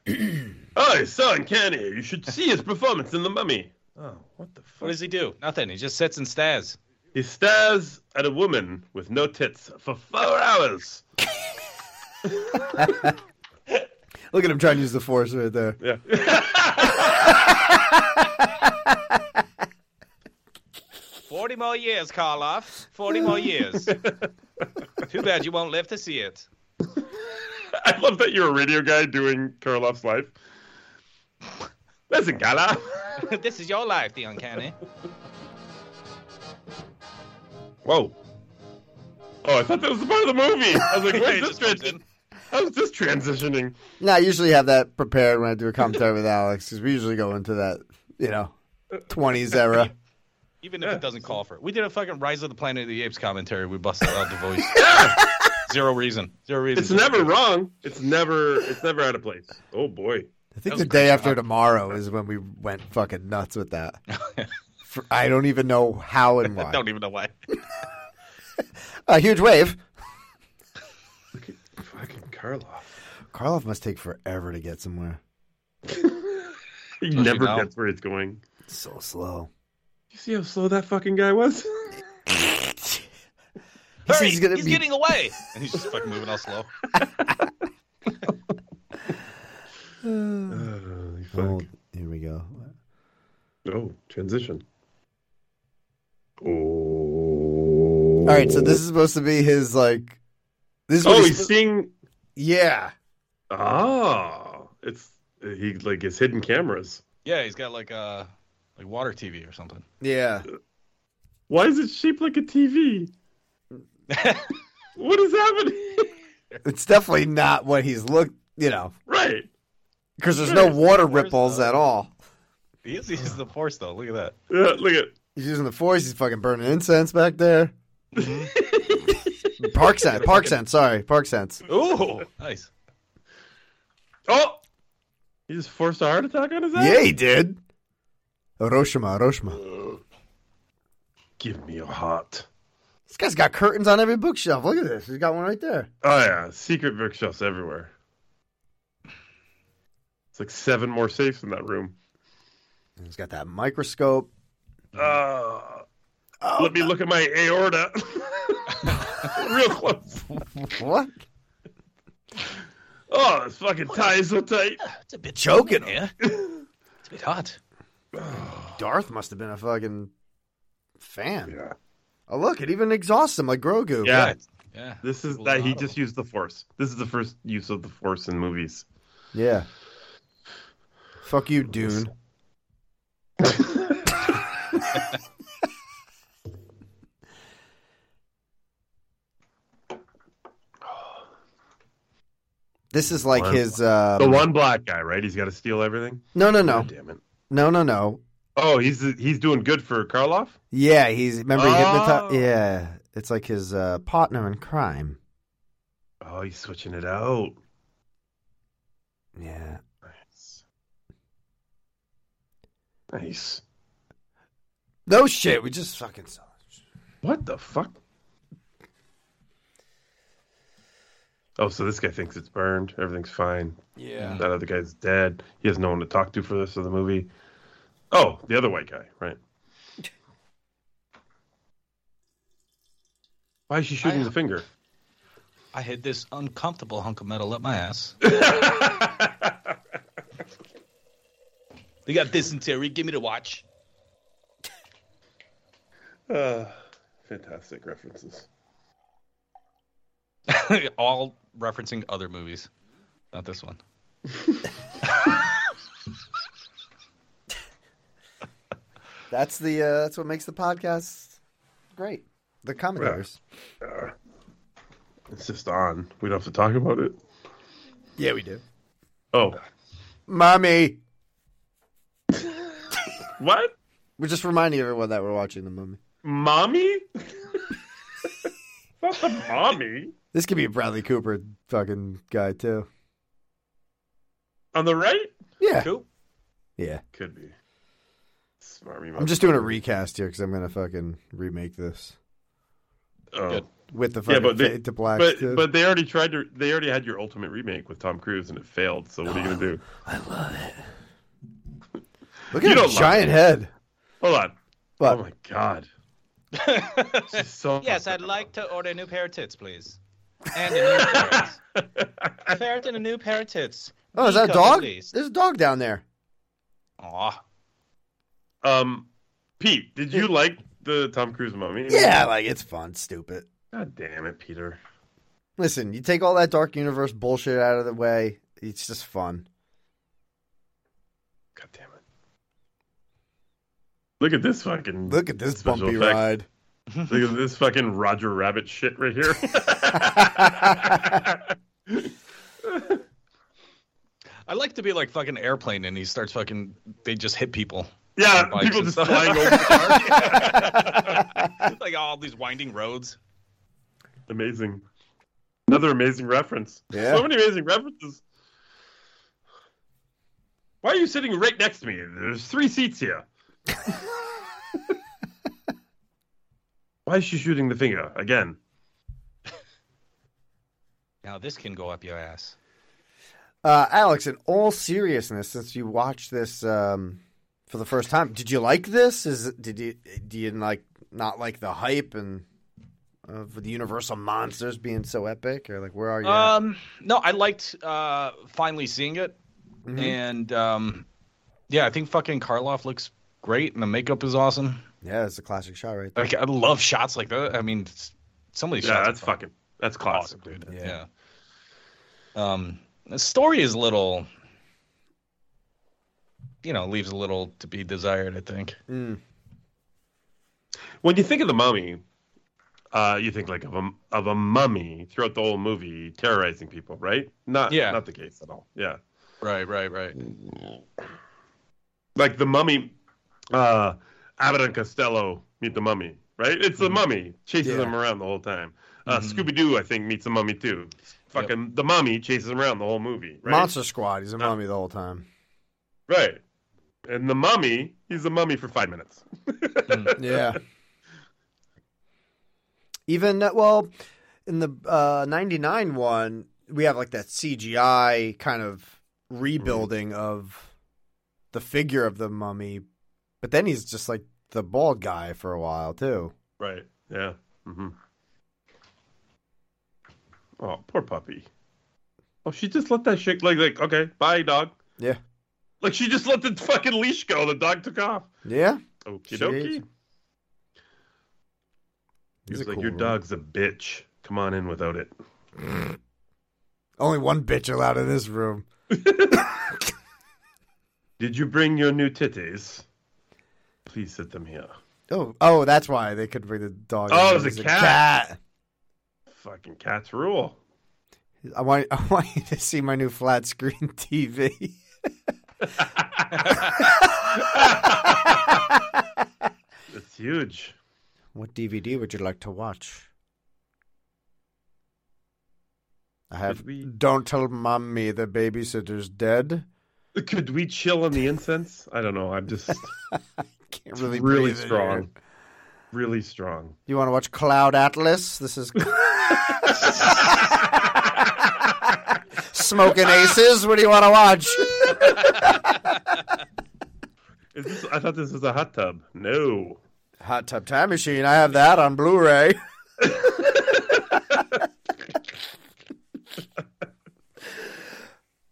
Oh, he's so uncanny. You should see his performance in The Mummy. Oh, what the
What
fuck?
does he do? Nothing. He just sits and stares.
He stares at a woman with no tits for four hours.
Look at him trying to use the force right there.
Yeah.
Forty more years, Karloff. Forty more years. Too bad you won't live to see it.
I love that you're a radio guy doing Karloff's life. Listen, Gala.
this is your life, the uncanny.
Whoa. Oh, I thought that was the part of the movie. I was like,
He
where's this
just comes
transition? How's this transitioning?
Now, I usually have that prepared when I do a commentary with Alex because we usually go into that, you know, 20s era.
Even if it doesn't call for it. We did a fucking Rise of the Planet of the Apes commentary. We busted out the voice. Zero reason. Zero reason.
It's never wrong. It's never it's never out of place. Oh boy.
I think
was
the
a
day
great
after
job.
tomorrow is when we went fucking nuts with that. For, I don't even know how and why.
Don't e- even know why.
A huge wave.
Look at fucking Karloff.
Karloff must take forever to get somewhere.
He
Especially
never
now.
gets where he's going.
So slow.
You see how slow that fucking guy was?
He says
Hurry,
he's gonna
he's
be-
getting away. And he's just fucking moving all slow.
Holy fuck.
Oh, here we go.
Oh, transition. Oh.
All right, so this is supposed to be his like. This is what
Oh,
he's
he's
spo-
seeing.
yeah.
Oh, it's he like his hidden cameras.
Yeah, he's got like a like water TV or something.
Yeah.
Why is it shaped like a TV? what is happening?
It's definitely not what he's looked. You know,
right.
because there's no
Where's-
water
where's
ripples
the-
at all.
He is, he is the force though. Look at that.
Yeah, look at
He's using the force. He's fucking burning incense back there. Park sense. Park sense. Sorry, park sense.
Ooh, nice.
Oh! He just forced a heart attack on his ass?
Yeah, he did. Hiroshima, Hiroshima.
Give me a heart.
This guy's got curtains on every bookshelf. Look at this. He's got one right there.
Oh, yeah. Secret bookshelves everywhere. It's like seven more safes in that room.
And He's got that microscope.
Uh, let me look at my aorta. Real close.
What?
Oh, this fucking tie is so tight.
It's a bit
Choking him.
Yeah. It's a bit hot.
Darth must have been a fucking fan.
Yeah.
Oh, look, it even exhausts him like Grogu.
Yeah.
Yeah.
This is
A
that he
lot of
just used the force. This is the first use of the force in movies.
Yeah. Fuck you, Dune. This is like
One-
his. Uh,
the one black guy, right? He's got to steal everything.
No, no, no,
God damn it.
no, no, no.
Oh, he's he's doing good for Karloff.
Yeah, he's remember he
Oh.
hypnotized. Yeah, it's like his uh, partner in crime.
Oh, he's switching it out.
Yeah.
Nice. Nice.
No shit. We just fucking saw. it.
What the fuck? Oh, so this guy thinks it's burned. Everything's fine.
Yeah.
That other guy's dead. He has no one to talk to for the rest of the movie. Oh, the other white guy, right? Why is she shooting the finger?
I hit this uncomfortable hunk of metal up my ass. they got dysentery. Give me the watch.
Uh, fantastic references.
All referencing other movies, not this one.
That's the. Uh, that's what makes the podcast great. The commentaries.
It's just on. We don't have to talk about it.
Yeah, we do.
Oh,
Mommy.
what?
We're just reminding everyone that we're watching the movie.
Mommy? Not the mommy.
This could be a Bradley Cooper fucking guy too.
On the right?
Yeah.
Cool.
Yeah.
Could be. Smarmy
I'm just doing a recast here because I'm gonna fucking remake this
Oh.
Good.
with the fucking
Yeah, but they-
fade to black.
But but they already tried to. They already had your ultimate remake with Tom Cruise, and it failed. So what are you gonna do?
I love it. Look
You
at
don't
his
love
giant head.
Hold on.
But
Oh my god. She's so
Yes, I'd like to order a new pair of tits, please. And a new ferret. A ferret and a new pair of tits.
oh, is that a
Peacock,
dog?
at least.
There's a dog down there.
Aw.
Um, Pete, did you like the Tom Cruise mummy?
Yeah, like it's fun, stupid.
God damn it, Peter.
Listen, you take all that dark universe bullshit out of the way. It's just fun.
God damn it. Look at this fucking.
Look at this
Special
bumpy
effects.
ride.
Look at this fucking Roger Rabbit shit right here.
I like to be like fucking airplane, and he starts fucking. They just hit people.
yeah,
Bikes
people
and
just
stuff.
flying over the park.
like all these winding roads.
Amazing. Another amazing reference.
Yeah.
So many amazing references. Why are you sitting right next to me? There's three seats here. Why is she shooting the finger again?
Now this can go up your ass.
Uh, Alex, in all seriousness, since you watched this um, for the first time, did you like this? Is did you do you like not like the hype and of the Universal monsters being so epic, or like where are you? at?
Um, no, I liked uh, finally seeing it,
Mm-hmm.
and um, yeah, I think fucking Karloff looks great, and the makeup is awesome.
yeah, it's a classic shot right there.
Like I love shots like that. I mean, it's- some of these
Yeah,
shots
that's
are
fucking that's
awesome,
classic.
dude.
Yeah.
Yeah. Um, the story is a little, you know, leaves a little to be desired. I think.
Mm.
When you think of the mummy, uh, you think like of a of a mummy throughout the whole movie terrorizing people, right? Not
Yeah.
not the case at all. Yeah.
Right, right, right.
like the mummy uh abbott and costello meet the mummy right it's the mummy chases
Mm-hmm. Yeah. Mm-hmm.
them around the whole time uh scooby-doo i think meets the mummy too fucking the mummy chases him around the whole movie right
Monster Squad. He's a mummy the whole time.
right and the mummy he's a mummy for five minutes
Yeah. Even uh, well, in the uh, '99 one, we have like that CGI kind of rebuilding of the figure of the mummy, but then he's just like the bald guy for a while too.
right yeah mm-hmm. oh poor puppy oh she just let that shit like like okay bye dog
Yeah.
like she just let the fucking leash go the dog took off
Yeah,
Okie
Shit.
dokie. He
He's
was
a
like,
cool
Your
one.
dog's a bitch. Come on in without it.
only one bitch allowed in this room.
Did you bring your new titties? Please sit them here.
Oh, oh, that's why they couldn't bring the dog.
Oh,
in.
it was a cat. Fucking cats rule.
I want, I want you to see my new flat screen TV.
It's huge.
What DVD would you like to watch? I have.
Did we-
Don't tell mommy the babysitter's dead.
Could we chill on the incense? I don't know. I'm just
Can't really,
really
breathe in
strong.
here.
Really strong.
You want to watch Cloud Atlas? This is smoking aces. What do you want to watch?
Is this, I thought this was a hot tub. No.
Hot Tub Time Machine. I have that on Blu-ray.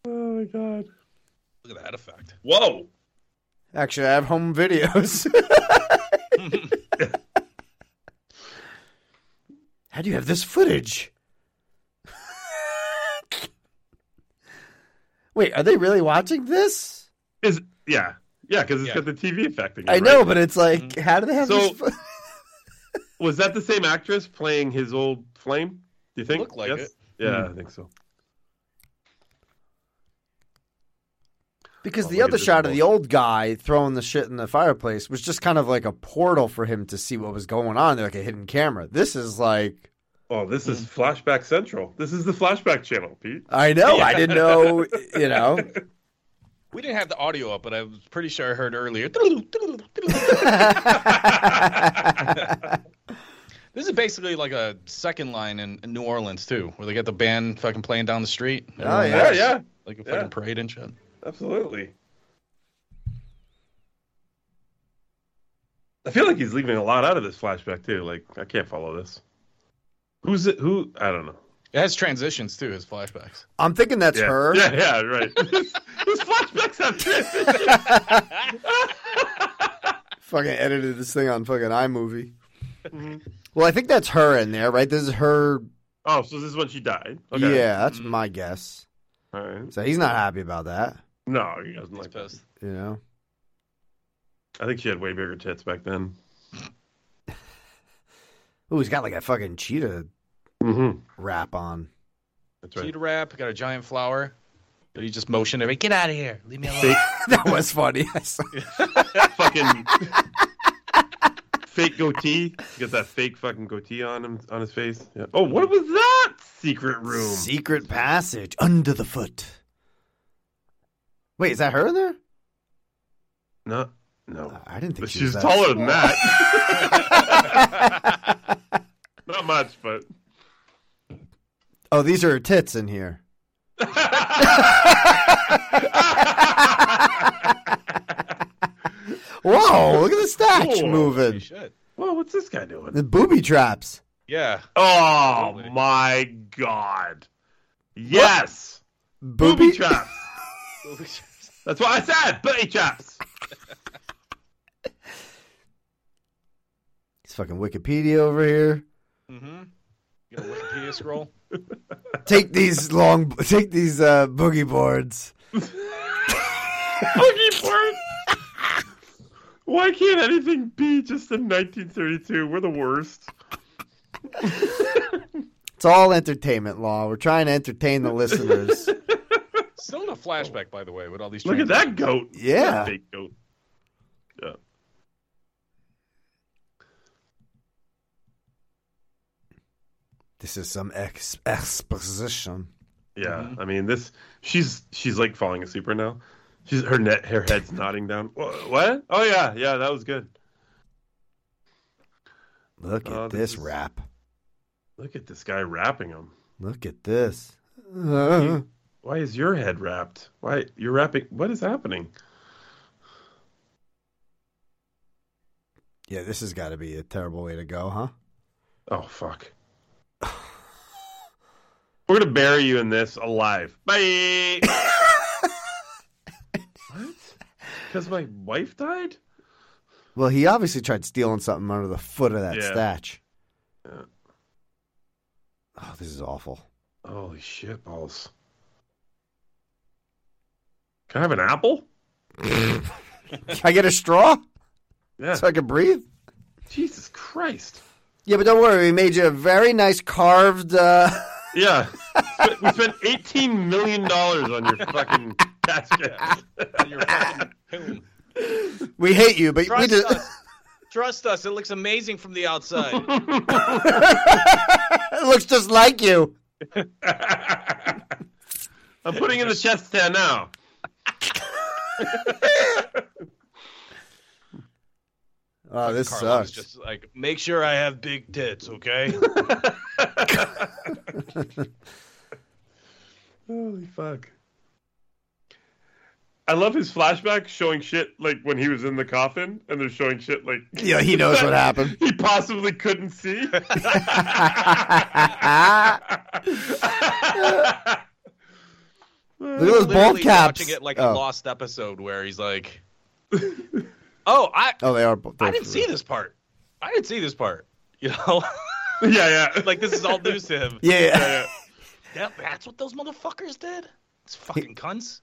Oh my god.
Look at that effect.
Whoa.
Actually, I have home videos. How do you have this footage? Wait, are they really watching this?
Is yeah. Yeah, because it's
Yeah.
got the TV effect again.
I
right?
know, but it's like, how do they have
So-
this? fo-
Was that the same actress playing his old flame? Do you think?
Looked like it.
Yeah, I think so.
because
Oh,
the
look at
other
this
shot of
bull-
the old guy throwing the shit in the fireplace was just kind of like a portal for him to see what was going on. They're like a hidden camera. This is like,
Oh, this is Flashback Central. This is the Flashback channel, Pete.
I know, I didn't know, you know.
We didn't have the audio up, but I was pretty sure I heard earlier. This is basically like a second line in, in New Orleans too, where they got the band fucking playing down the street. Everyone
yeah.
Yeah,
walks,
yeah,
like a
yeah.
fucking parade and shit.
absolutely. I feel like he's leaving a lot out of this flashback too. Like I can't follow this. Who's it? Who? I don't know.
It has transitions too, his flashbacks.
I'm thinking that's
yeah.
her.
Yeah, yeah, right. this, this flashback's have transitions.
fucking edited this thing on fucking iMovie. Well, I think that's her in there, right? This is her.
Oh, so this is when she died. Okay.
Yeah, that's my guess.
All right.
So he's not happy about that,
No, he doesn't like that.
Pissed.
you know.
I think she had way bigger tits back then.
Ooh, he's got like a fucking cheetah
Mm-hmm.
wrap on.
That's right.
Cheetah rap, got a giant flower. But he just motioned at me, get out of here. Leave me alone.
that was funny. I saw-
fucking fake goatee. He got that fake fucking goatee on him on his face. Yeah. Oh, what was that secret room?
Secret passage under the foot. Wait, is that her in there?
no, no.
I didn't think
But
she
she's
was that-
taller than that. Not much, but
Oh, these are her tits in here. Whoa! Look at the statue
Cool.
moving.
Shit.
well, what's this guy doing?
The booby traps.
Yeah.
Oh my god! Yes, booby traps. That's what I said. Booby traps.
It's fucking Wikipedia over here.
Mm-hmm. You got a Wikipedia scroll?
Take these long, take these uh, boogie boards.
Boogie board. Why can't anything be just in 1932? We're the worst.
It's all entertainment law. We're trying to entertain the listeners.
Still in a flashback, by the way, with all these
Look at
transitions.
that goat.
Yeah.
That fake goat. Yeah.
this is some ex- exposition.
Yeah. I mean, this. She's she's like falling asleep right now. She's her net her head's nodding down. Wha- What? Oh yeah, yeah. That was good.
Look at
Oh, this
this
is-
rap.
Look at this guy wrapping him.
Look at this. Uh,
Why is your head wrapped? Why you're wrapping? What is happening?
yeah, this has got to be a terrible way to go, huh?
Oh fuck. We're gonna bury you in this alive. Bye. what? Because my wife died?
Well, he obviously tried stealing something under the foot of that
Yeah.
statue.
Yeah.
Oh, this is awful.
Holy shit balls. Can I have an apple?
Can I get a straw
Yeah.
so I can breathe?
Jesus Christ.
Yeah, but don't worry. We made you a very nice carved. Uh...
Yeah. Sp- we spent eighteen million dollars on your fucking casket.
And you're fucking- boom.
we hate you, but we
Trust
just.
us. Trust us. It looks amazing from the outside.
It looks just like you.
I'm putting in the chest there now.
Oh, this
Carlos
sucks.
just like, make sure I have big tits, okay?
Holy fuck. I love his flashback showing shit like when he was in the coffin and they're showing shit like
Yeah, he knows what happened.
he possibly couldn't see.
Look at those bald
Literally
caps.
Watching it like
oh.
a lost episode where he's like, oh, I,
oh, they are. both.
I didn't see this part. I didn't see this part. You know,
yeah, yeah.
like this is all news to him.
Yeah, yeah.
yeah.
That- that's what those motherfuckers did. It's fucking cunts.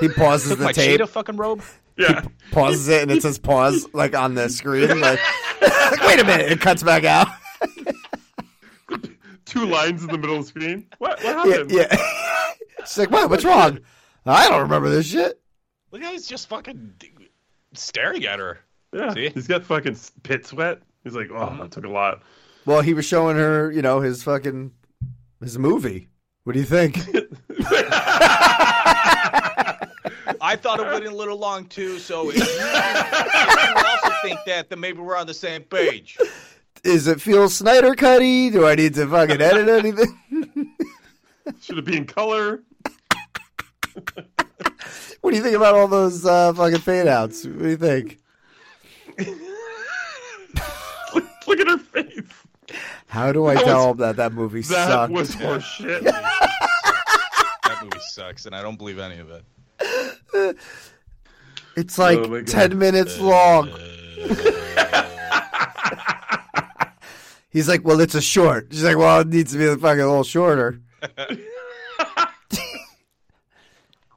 he pauses
Took
the
my
tape,
cheetah fucking robe.
yeah.
pauses it, and it says pause like on the screen. Like, like, wait a minute, it cuts back out.
Two lines in the middle of the screen. What what
Yeah,
happened?
yeah. She's like, what? What's wrong? I don't remember this shit.
Look how he's just fucking staring at her.
Yeah.
See? Uh-huh.
He's got fucking s- pit sweat. He's like, oh, that took a lot.
Well, he was showing her, you know, his fucking his movie. What do you think?
I thought it went a little long too, so if you, if you also think that, then maybe we're on the same page.
Is it feel Snyder cutty? Do I need to fucking edit anything?
Should it be in color?
what do you think about all those uh, fucking fade outs? What do you think?
Look, look at her face.
How do I
That
tell
was-
him that that movie
That
sucked?
was horseshit.
That movie sucks, and I don't believe any of it.
It's
Oh my
like
God.
ten minutes long. He's like, well, it's a short. She's like, well, it needs to be fucking a little shorter.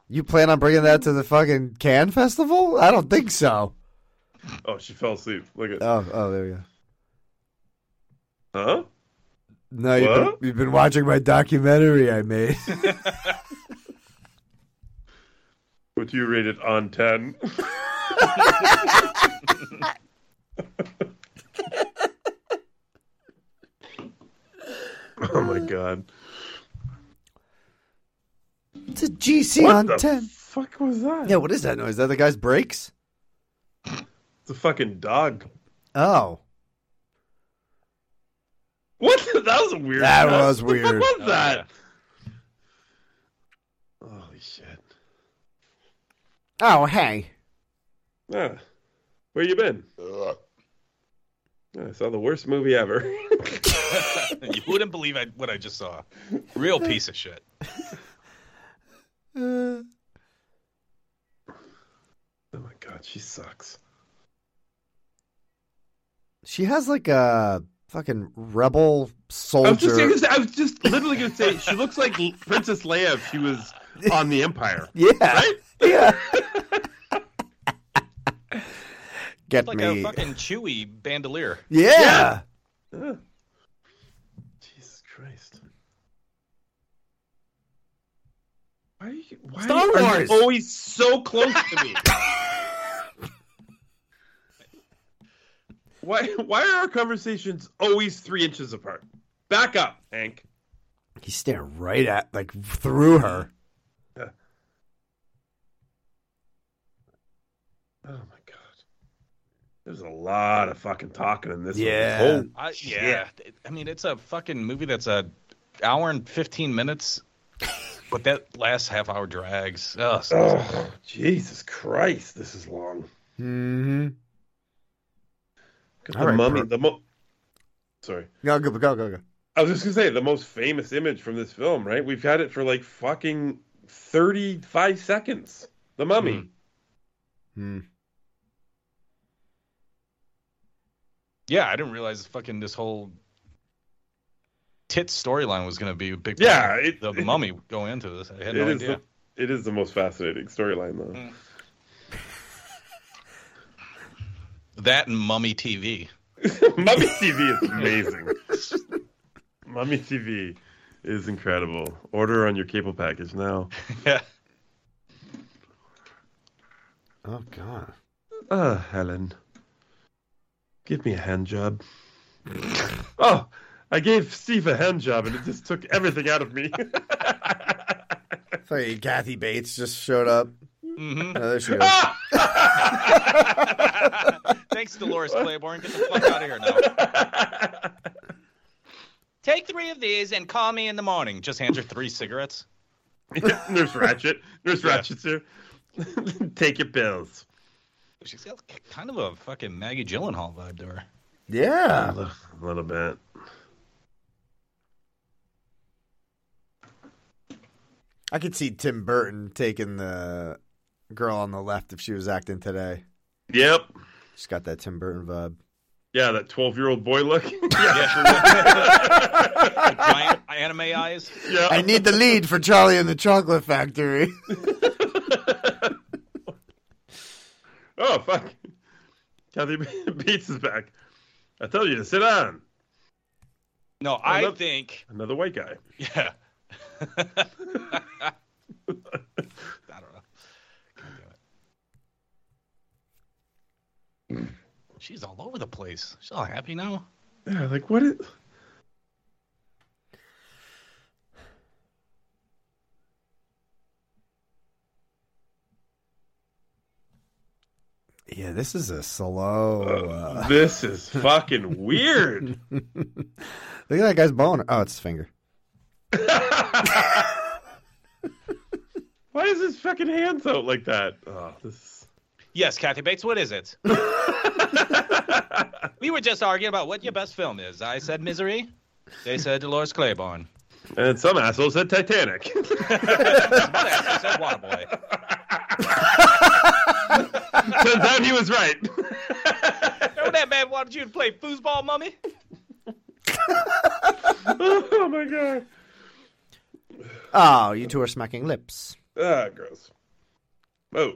you plan on bringing that to the fucking Cannes Festival? I don't think so.
Oh, she fell asleep. Look at
Oh, oh, there we go.
huh?
No, you've been,
What?
you've been watching my documentary I made.
What you rated on ten? oh my god!
It's a GC
What
on
the
ten.
fuck was that?
Yeah, what is that noise? Is that the guy's brakes?
It's a fucking dog.
Oh,
What? That was a weird.
that
sound.
was
What
weird.
was
Oh,
that? Holy shit!
Oh, hey.
Ah, where you been? Ah, I saw the worst movie ever. Oh
You wouldn't believe I, what I just saw. Real piece of shit.
Uh,
oh my god, she sucks.
she has like a fucking rebel
I was, just,
soldier.
gonna say- I was just literally going to say she looks like L- Princess Leia if she was on the Empire.
yeah, yeah. Get
Like
me.
a fucking chewy bandolier.
Yeah.
Yeah. Ugh. Jesus Christ. Why are you, why
Star
are you
Wars.
always so close to me? why, why are our conversations always three inches apart? Back up, Hank.
He's staring right at, like, through her.
Oh my god. There's a lot of fucking talking in this.
Yeah.
One. Holy
I, yeah. I mean, it's a fucking movie that's a hour and 15 minutes, but that last half hour drags. Ugh, so-
Oh, Jesus Christ, this is long.
Mm-hmm.
The
All right,
mummy,
per-
the mo- Sorry,
Go, go, go, go, go.
I was just gonna say the most famous image from this film, right? We've had it for like fucking thirty-five seconds. The mummy.
Hmm.
Hmm.
Yeah, I didn't realize fucking this whole tit storyline was going to be a big
Yeah,
part of
it-
the
it-
mummy going into this. I had
It
no
is
idea.
The, it is the most fascinating storyline, though.
That and Mummy TV. Hmm.
mummy TV is amazing. mummy TV is incredible. Order on your cable package now.
Yeah.
Oh, God.
Ah, Helen. Give me a hand job. oh, I gave Steve a hand job and it just took everything out of me.
Sorry, Kathy Bates just showed up.
Mhm.
Oh, there she goes.
Ah!
Thanks, Dolores Claiborne. Get the fuck out of here now. Take three of these and call me in the morning. Just hand her three cigarettes.
Nurse Ratchet. Nurse Ratchet's here. Take your pills.
She's got kind of a fucking Maggie Gyllenhaal vibe to her.
Yeah.
A little bit.
I could see Tim Burton taking the girl on the left if she was acting today.
Yep.
She's got that Tim Burton vibe.
Yeah, that 12 year old boy look. yeah.
Giant anime eyes.
yeah.
I need the lead for Charlie and the Chocolate Factory.
Oh, fuck. Kathy Bates is back. I told you to sit down.
No, I
love-
think.
Another white guy.
Yeah. I don't know. God damn it. She's all over the place. She's all happy now.
Yeah, like, what is.
yeah, this is a slow. Uh,
This is fucking weird.
look at that guy's boner. Oh, it's his finger.
Why is his fucking hands out like that? Oh, this.
Yes, Kathy Bates, what is it? we were just arguing about what your best film is. I said Misery. They said Dolores Claiborne.
And some asshole said Titanic.
What else? I said Waterboy.
Turns out he was right.
Remember that man wanted you to play foosball, mummy?
oh my god.
Oh, you two are smacking lips.
Ah, gross. Oh.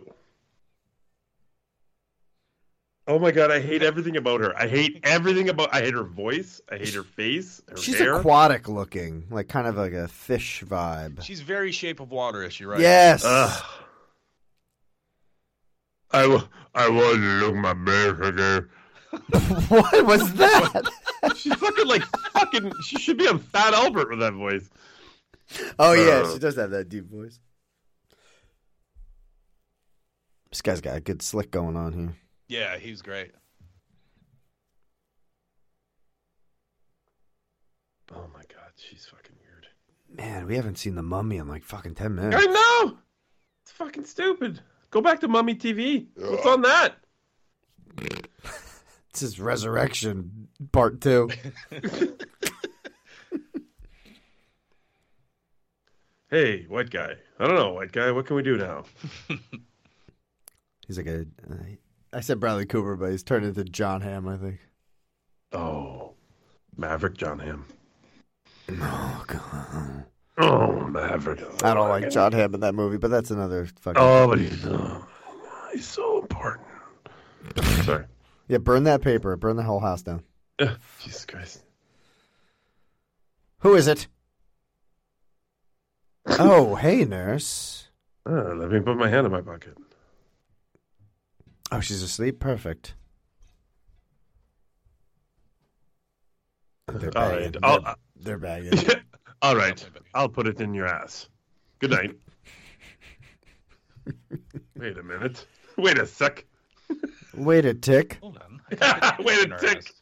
Oh my god, I hate everything about her. I hate everything about. I hate her voice. I hate her face. Her
She's
hair.
aquatic looking, like kind of like a fish vibe.
She's very Shape of Water, is she right?
Yes.
Ugh. I, w- I want to look my best again.
What was that?
She's fucking like fucking. She should be on Fat Albert with that voice.
oh
Uh.
yeah, she does have that deep voice. This guy's got a good slick going on here.
Yeah, he's great.
Oh my god, she's fucking weird.
Man, we haven't seen the mummy in like fucking ten
I
minutes.
know. It's fucking stupid. Go back to Mummy TV. What's on that?
This is Resurrection Part Two.
Hey, white guy. I don't know, white guy. What can we do now?
He's like a. uh, I said Bradley Cooper, but he's turned into John Hamm. I think.
Oh, Maverick John Hamm.
Oh god,
Oh, Maverick.
I don't like John Hamm in that movie, but that's another fucking.
Oh, but he's, oh, he's so important. Sorry.
Yeah, burn that paper. Burn the whole house down.
Ugh, Jesus Christ.
Who is it? oh, hey, nurse.
Ah, let me put my hand in my pocket.
Oh, she's asleep. Perfect. They're
All
bagging.
right, Oh. I'll-
They're, they're bagging.
All right, I'll put it in your ass. Good night. Wait a minute. Wait a sec.
Wait a tick.
Hold on. I can't put
Wait a
in her
tick.
ass.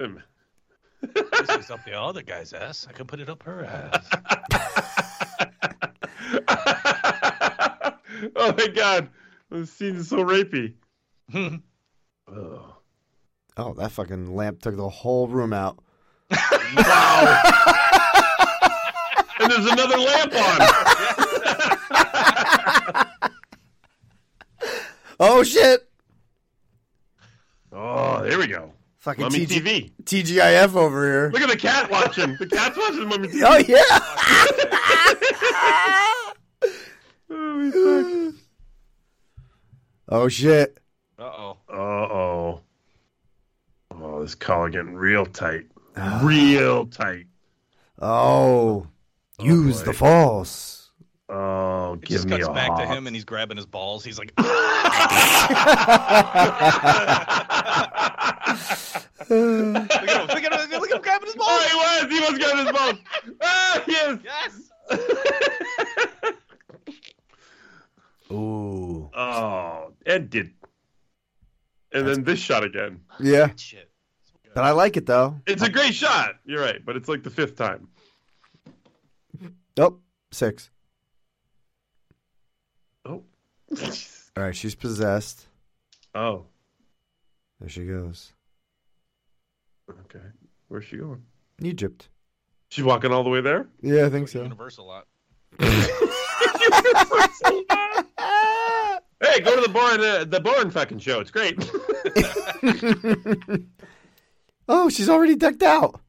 Um,
This is up the other guy's ass. I can put it up her ass.
oh my god, this scene is so rapey. Oh.
Oh, that fucking lamp took the whole room out.
And there's another lamp on.
Oh shit!
Oh, there we go.
Fucking
Mummy
TG
TV.
TGIF over here.
Look at the cat watching. The cat's watching Mummy TV.
Oh yeah. oh shit.
Uh oh.
Uh oh. Oh, this collar getting real tight. Real tight.
Oh, use the false.
Oh,
It
give
just
me
cuts
a
back to
hot-
him and he's grabbing his balls. He's like, "Ah,
oh
look at him, look at him, look at him grabbing his balls.
Oh, his balls. Ah, yes.
Yes.
Ooh.
Oh, Ed did. And then this shot again.
Yeah.
Shit.
But I like it though.
It's a great shot. You're right, but it's like the fifth time.
Oh, six.
Oh.
All right, she's possessed.
oh.
There she goes.
Okay. Where's she going?
Egypt.
She's walking all the way there.
Yeah, I think
Universal lot.
Hey, go to the Bourne uh, the Bourne fucking show. It's great.
oh, she's already decked out.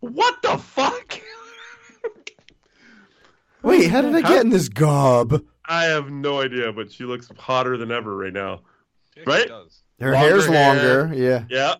what the fuck?
Wait, how did I get in this gob?
I have no idea, but she looks hotter than ever right now. Right?
Does.
Her
Longer
hair's
hair.
longer. Yeah.
Yeah,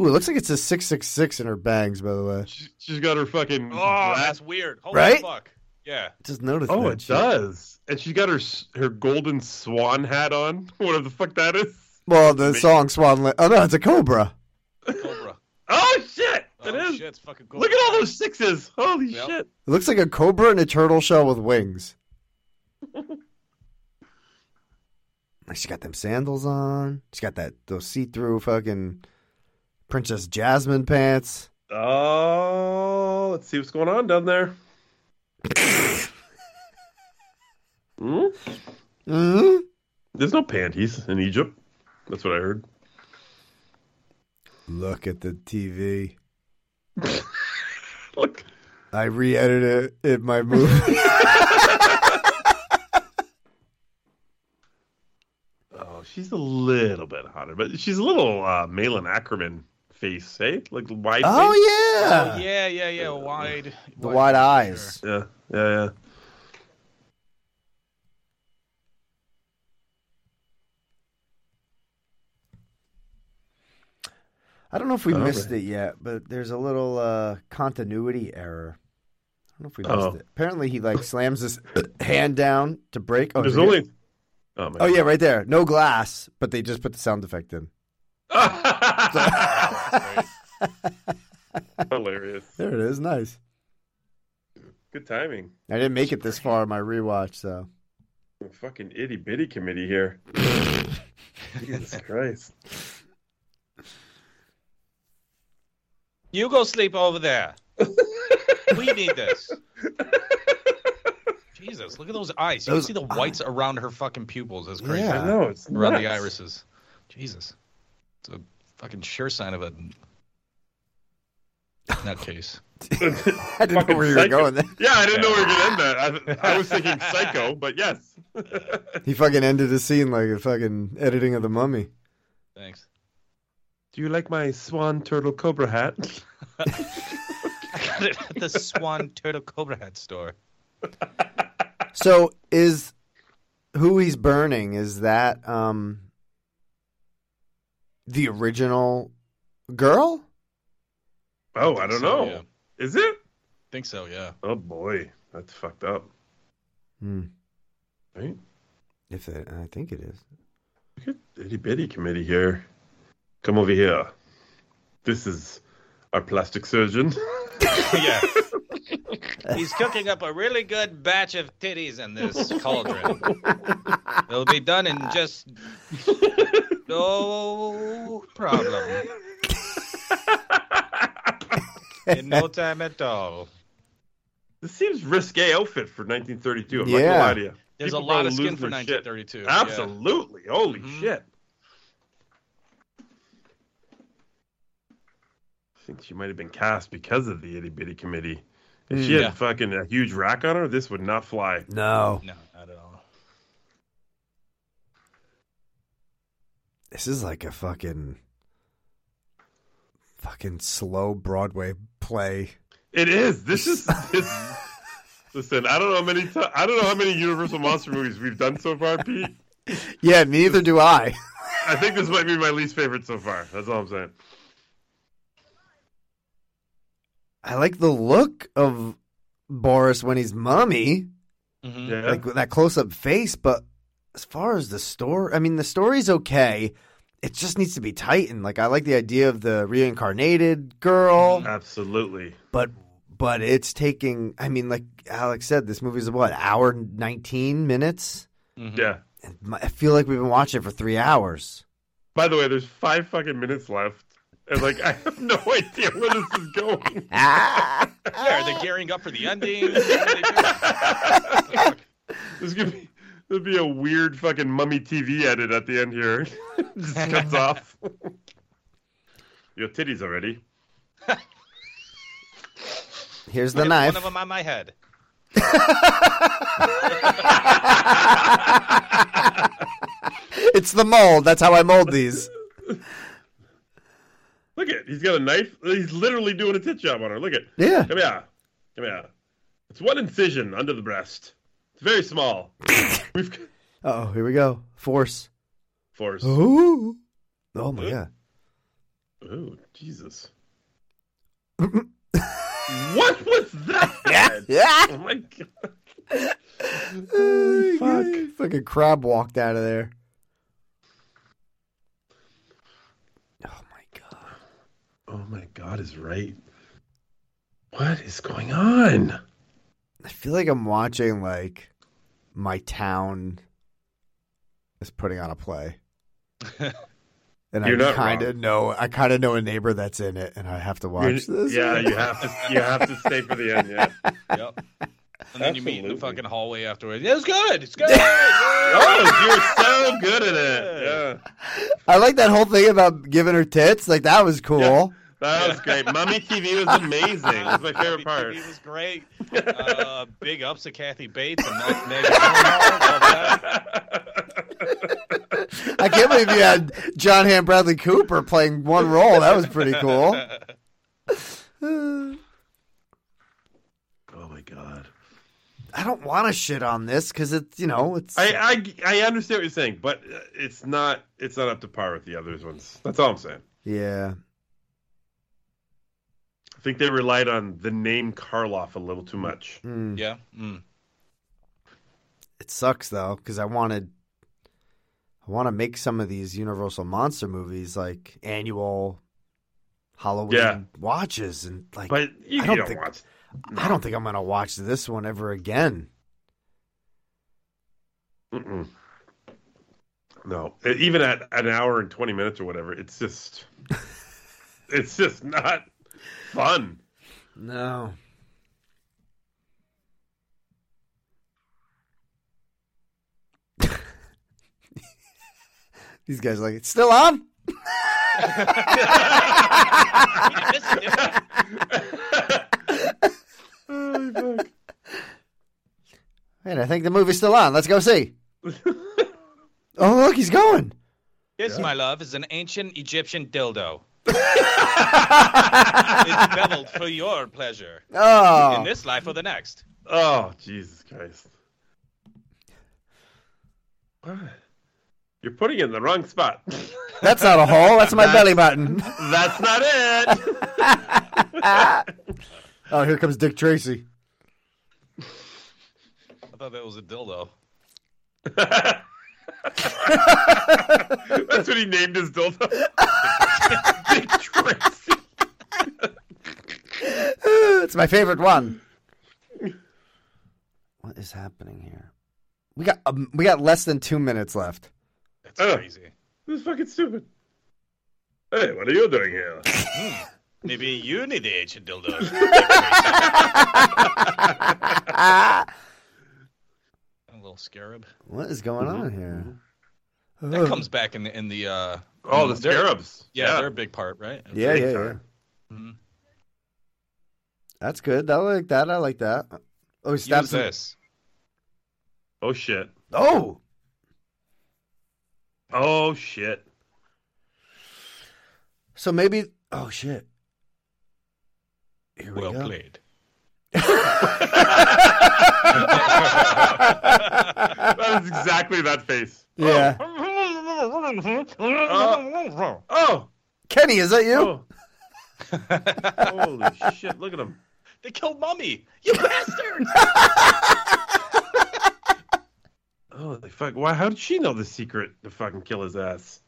Ooh, it looks like it says six six six in her bangs. By the way,
she, she's got her fucking.
Oh,
black-
that's weird. Holy
Right?
fuck. Yeah.
just noticed.
oh,
that
it
shit.
does. And she's got her s- her golden swan hat on. Whatever the fuck that is.
Well, the
Me-
song Swan. Lake. Oh no, it's a cobra.
Cobra.
Oh shit!
Oh,
it is.
Shit, it's fucking Cobra.
Look at all those sixes. Holy
Yep.
shit!
It looks like a cobra and a turtle shell with wings. She got them sandals on. She got that those see-through fucking Princess Jasmine pants.
Oh, let's see what's going on down there. Hmm?
hmm
Mm-hmm.
There's no panties in Egypt. That's what I heard.
Look at the TV.
Look.
I re-edited it in my movie.
Oh, she's a little bit hotter, but she's a little uh, Malin Ackerman face, eh? Like wide. face.
oh yeah,
Oh, yeah, yeah, yeah. Wide.
the wide
sure.
eyes.
yeah, yeah, yeah.
I don't know if we
All
missed
right.
it yet, but there's a little uh, continuity error. I don't know if we
Uh-oh.
missed it. Apparently, he like slams his hand down to break. Oh,
There's
is it here?
only. Oh my.
Oh yeah, right there. No glass, but they just put the sound effect in.
yeah. Hilarious.
There it is. Nice.
Good timing.
I didn't make it this far in my rewatch, so
fucking itty bitty committee here. Jesus Christ.
You go sleep over there. we need this. Jesus, look at those eyes. You
Those
can see the whites around her fucking pupils. That's crazy.
Yeah.
I know it's
Around the
nuts.
irises. Jesus. It's a fucking sure sign of a nutcase.
I didn't know
Fucking
where you were
psycho.
going. There.
Yeah, I didn't know we were gonna end that. I, I was thinking psycho, but yes.
He fucking ended the scene like a fucking editing of the Mummy.
Thanks.
Do you like my swan turtle cobra hat?
I got it at the Swan Turtle Cobra Head store.
So is who he's burning? Is that um the original girl?
Oh, I don't
So,
know.
yeah.
Is it?
Think so, yeah.
Oh boy, that's fucked up.
Hmm.
Right?
If it, I think it is.
Look at itty bitty committee here. Come over here. This is our plastic surgeon.
yeah. He's cooking up a really good batch of titties in this cauldron. It'll be done in just no problem. In no time at all.
this seems risque outfit for 1932. I'm not
Yeah.
gonna lie to you.
There's
People
a lot
gonna
of skin
lose
for
their shit.
1932. yeah.
Absolutely. Holy
Mhm.
shit. I think she might have been cast because of the itty bitty committee. If she had
Yeah.
fucking a huge rack on her, this would not fly.
No,
No, not at all.
this is like a fucking fucking slow Broadway play.
It is. This is. This, listen, I don't know how many. ti- I don't know how many Universal monster movies we've done so far, Pete.
Yeah, neither do I.
I think this might be my least favorite so far. That's all I'm saying.
I like the look of Boris when he's mummy,
Mhm.
Yeah.
like with that close up face. But as far as the story, I mean, the story's okay. it just needs to be tightened. Like I like the idea of the reincarnated
Mm-hmm.
girl,
Absolutely.
but but it's taking. I mean, like Alex said, this movie's what hour and nineteen minutes.
Mm-hmm.
Yeah.
And my- I feel like we've been watching it for three hours.
By the way, there's five fucking minutes left. And like I have no idea where this is going.
Ah,
Yeah, are they gearing up for the ending? What are they doing?
This is gonna be there'll be a weird fucking mummy TV edit at the end here. Just cuts off. Your titties already.
here's the
Hit
knife.
One of them on my head.
It's the mold. That's how I mold these.
Look at he's got a knife. He's literally doing a tit job on her. Look at
Yeah.
come here. Come here. It's one incision under the breast. It's very small. We've got
Oh, here we go. Force.
force.
Ooh. Oh my god.
Oh, Jesus. what was that?
Yeah.
Oh my god.
fuck. Fucking crab walked out of there. Oh my god.
Oh my god is right. What is going on?
I feel like I'm watching like my town is putting on a play. And
You're
I
not
kind of know I kind of know a neighbor that's in it and I have to watch
You're-
this.
Yeah, you have to you have to stay for the end, yeah.
Yep. And then you meet in the
Absolutely.
fucking hallway afterwards. Yeah, it's good. It's good.
Oh, you're so good at it. Yeah.
I like that whole thing about giving her tits. Like that was cool.
That was great. Mummy TV was amazing. It was my favorite part.
It was great. Uh, big ups to Kathy Bates and Meg- Megan Gyllenhaal. Love that.
I can't believe you had John Ham Bradley Cooper playing one role. That was pretty cool. Uh,
Oh my god.
I don't want to shit on this because it's you know it's
I, I I understand what you're saying, but uh, it's not it's not up to par with the others ones. That's all I'm saying.
yeah.
I think they relied on the name Karloff a little too much.
Mm.
Yeah. Mm.
It sucks though because I wanted I want to make some of these Universal monster movies like annual Halloween
Yeah.
watches and like
But you,
I
you
don't
don't,
think-
watch.
I don't think I'm gonna watch this one ever again.
Mm-mm. No, E- even at an hour and twenty minutes or whatever, it's just it's just not fun.
No. These guys are like, it's still on? And I think the movie's still on. Let's go see. oh, look, he's going.
This, my love, is an ancient Egyptian dildo. it's beveled for your pleasure in
Oh.
this life or the next.
Oh Jesus Christ! What? You're putting it in the wrong spot.
That's not a hole. That's my
That's-
belly button.
That's not it.
Oh, here comes Dick Tracy.
I thought that was a dildo.
That's what he named his dildo. Dick Tracy.
it's my favorite one. What is happening here? We got um, we got less than two minutes left.
That's
Oh.
crazy.
This is fucking stupid. Hey, what are you doing here?
Maybe you need the ancient dildo.
Ah.
a little scarab.
What is going on here?
Mm-hmm.
That comes back in the in the. Uh,
Oh,
in
the
they're-
scarabs.
Yeah, they're a big part, right?
Yeah,
Big
yeah, yeah.
time.
Mhm.
That's good. I like that. I like that. Oh, he
Use
stabs him.
this.
Oh shit.
Oh,
Oh shit.
so maybe. Oh shit. Here we
Well
go.
played.
That is exactly that face.
Yeah,
Oh. Uh, Oh.
Kenny, is that you?
oh. Holy shit! Look at him.
They killed Mummy. You bastard!
Oh, they fuck. Why? How did she know the secret to fucking kill his ass?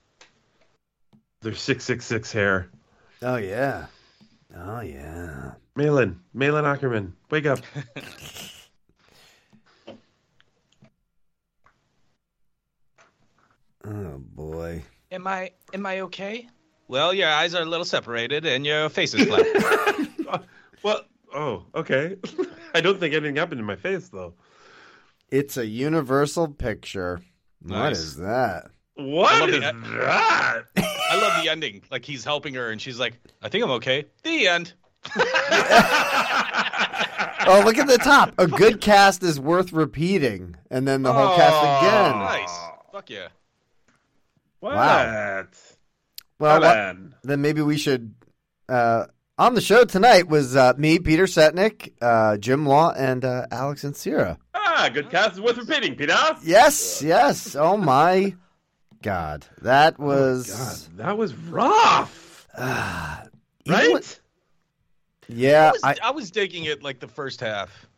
their six six six hair.
Oh yeah. Oh yeah.
Malin, Malin Ackerman, wake up.
Oh boy.
Am I am I okay? Well, your eyes are a little separated and your face is flat.
well, oh, okay. I don't think anything happened to my face though.
It's a universal picture. What
Nice.
is that?
What
love
is
the-
that?
I love the ending. Like he's helping her and she's like, "I think I'm okay." The end.
Oh, look at the top. A good cast is worth repeating. And then the whole cast again.
Nice. Fuck yeah.
What?
Well, what-
Malin.
then maybe we should. Uh, on the show tonight was uh, me, Peter Setnick, uh, Jim Law, and uh, Alex and Sierra.
Ah, good cast is worth repeating, Peter.
Yes, yes. Oh my God, that was
Oh, God, that was rough,
Ah, even
right?
when- yeah,
I was,
I,
I was digging it like the first half.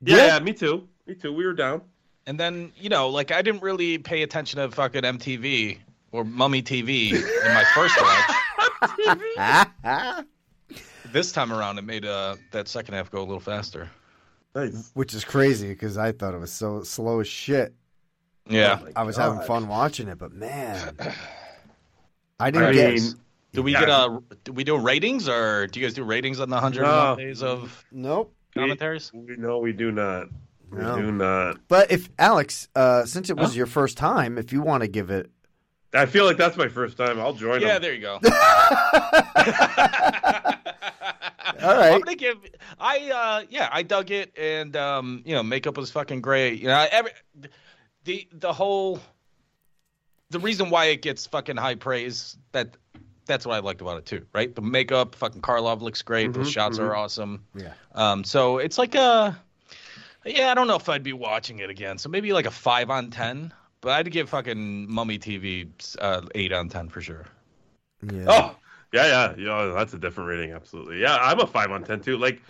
yeah, yeah, me too. Me too. We were down.
And then, you know, like I didn't really pay attention to fucking MTV or Mummy TV in my first watch. This time around, it made uh, that second half go a little faster.
Nice.
which is crazy because I thought it was so slow as shit.
Oh,
Yeah.
I was having fun watching it, but man, I
I
didn't
mean,
get
Do we
Yeah.
get uh Do we do ratings, or do you guys do ratings on the hundred
No.
days of
nope.
commentaries?
we, no, we do not. We
No.
do not.
But if Alex, uh, since it was your first time, if you want to give it,
I feel like that's my first time. I'll join
Yeah,
'em.
there you go.
all right,
I'm gonna give. I uh, yeah, I dug it, and um, you know, makeup was fucking great. You know, every the the whole the reason why it gets fucking high praise that that's what I liked about it too, right? The makeup, fucking Karlov looks great.
Mm-hmm,
Those shots are awesome.
yeah,
Um, so it's like a yeah, I don't know if I'd be watching it again. So maybe like a five on ten, but I'd give fucking Mummy TV uh, eight on ten for sure.
yeah.
Oh, yeah, yeah, yeah. That's a different rating, absolutely. Yeah, I'm a five on ten too. Like,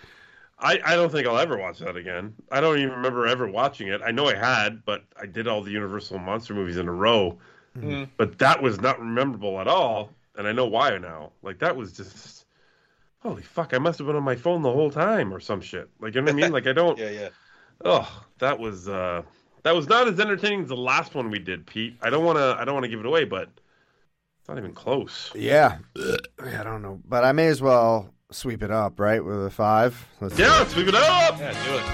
I, I don't think I'll ever watch that again. I don't even remember ever watching it. I know I had, but I did all the Universal monster movies in a row.
Mhm.
But that was not memorable at all, and I know why now. Like that was just, holy fuck! I must have been on my phone the whole time or some shit. Like you know what I mean? Like I don't.
yeah.
Oh, that was uh that was not as entertaining as the last one we did, Pete. I don't want to I don't want to give it away, but it's not even close.
Yeah. I don't know. But I may as well sweep it up, right? With a five. Let's do
Yeah, sweep it up.
Yeah, do it.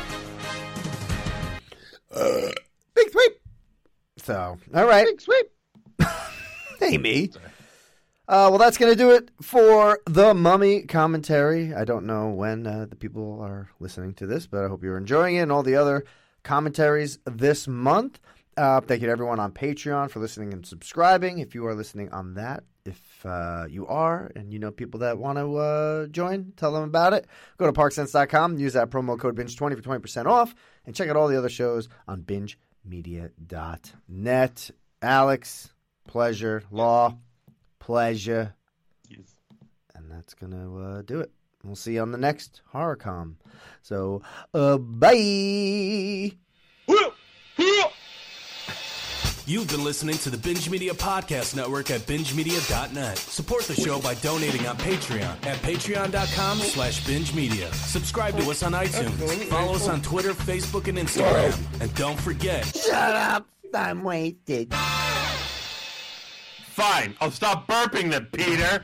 it. Big sweep. So, all right. Big sweep. hey, me. Uh, well, that's going to do it for the mummy commentary. I don't know when uh, the people are listening to this, but I hope you're enjoying it and all the other commentaries this month. Uh, thank you to everyone on Patreon for listening and subscribing. If you are listening on that, if uh, you are and you know people that want to uh, join, tell them about it. Go to parksense.com, use that promo code binge20 for 20% off, and check out all the other shows on bingemedia.net. Alex, pleasure. Law, pleasure. And that's going to uh, do it. We'll see you on the next HorrorCom. So, uh, bye.
You've been listening to the Binge Media Podcast Network at BingeMedia.net. Support the show by donating on Patreon at patreon.com slash binge media. Subscribe to us on iTunes. Follow us on Twitter, Facebook, and Instagram. And don't forget,
Shut up. I'm wasted.
Fine. I'll stop burping then, Peter.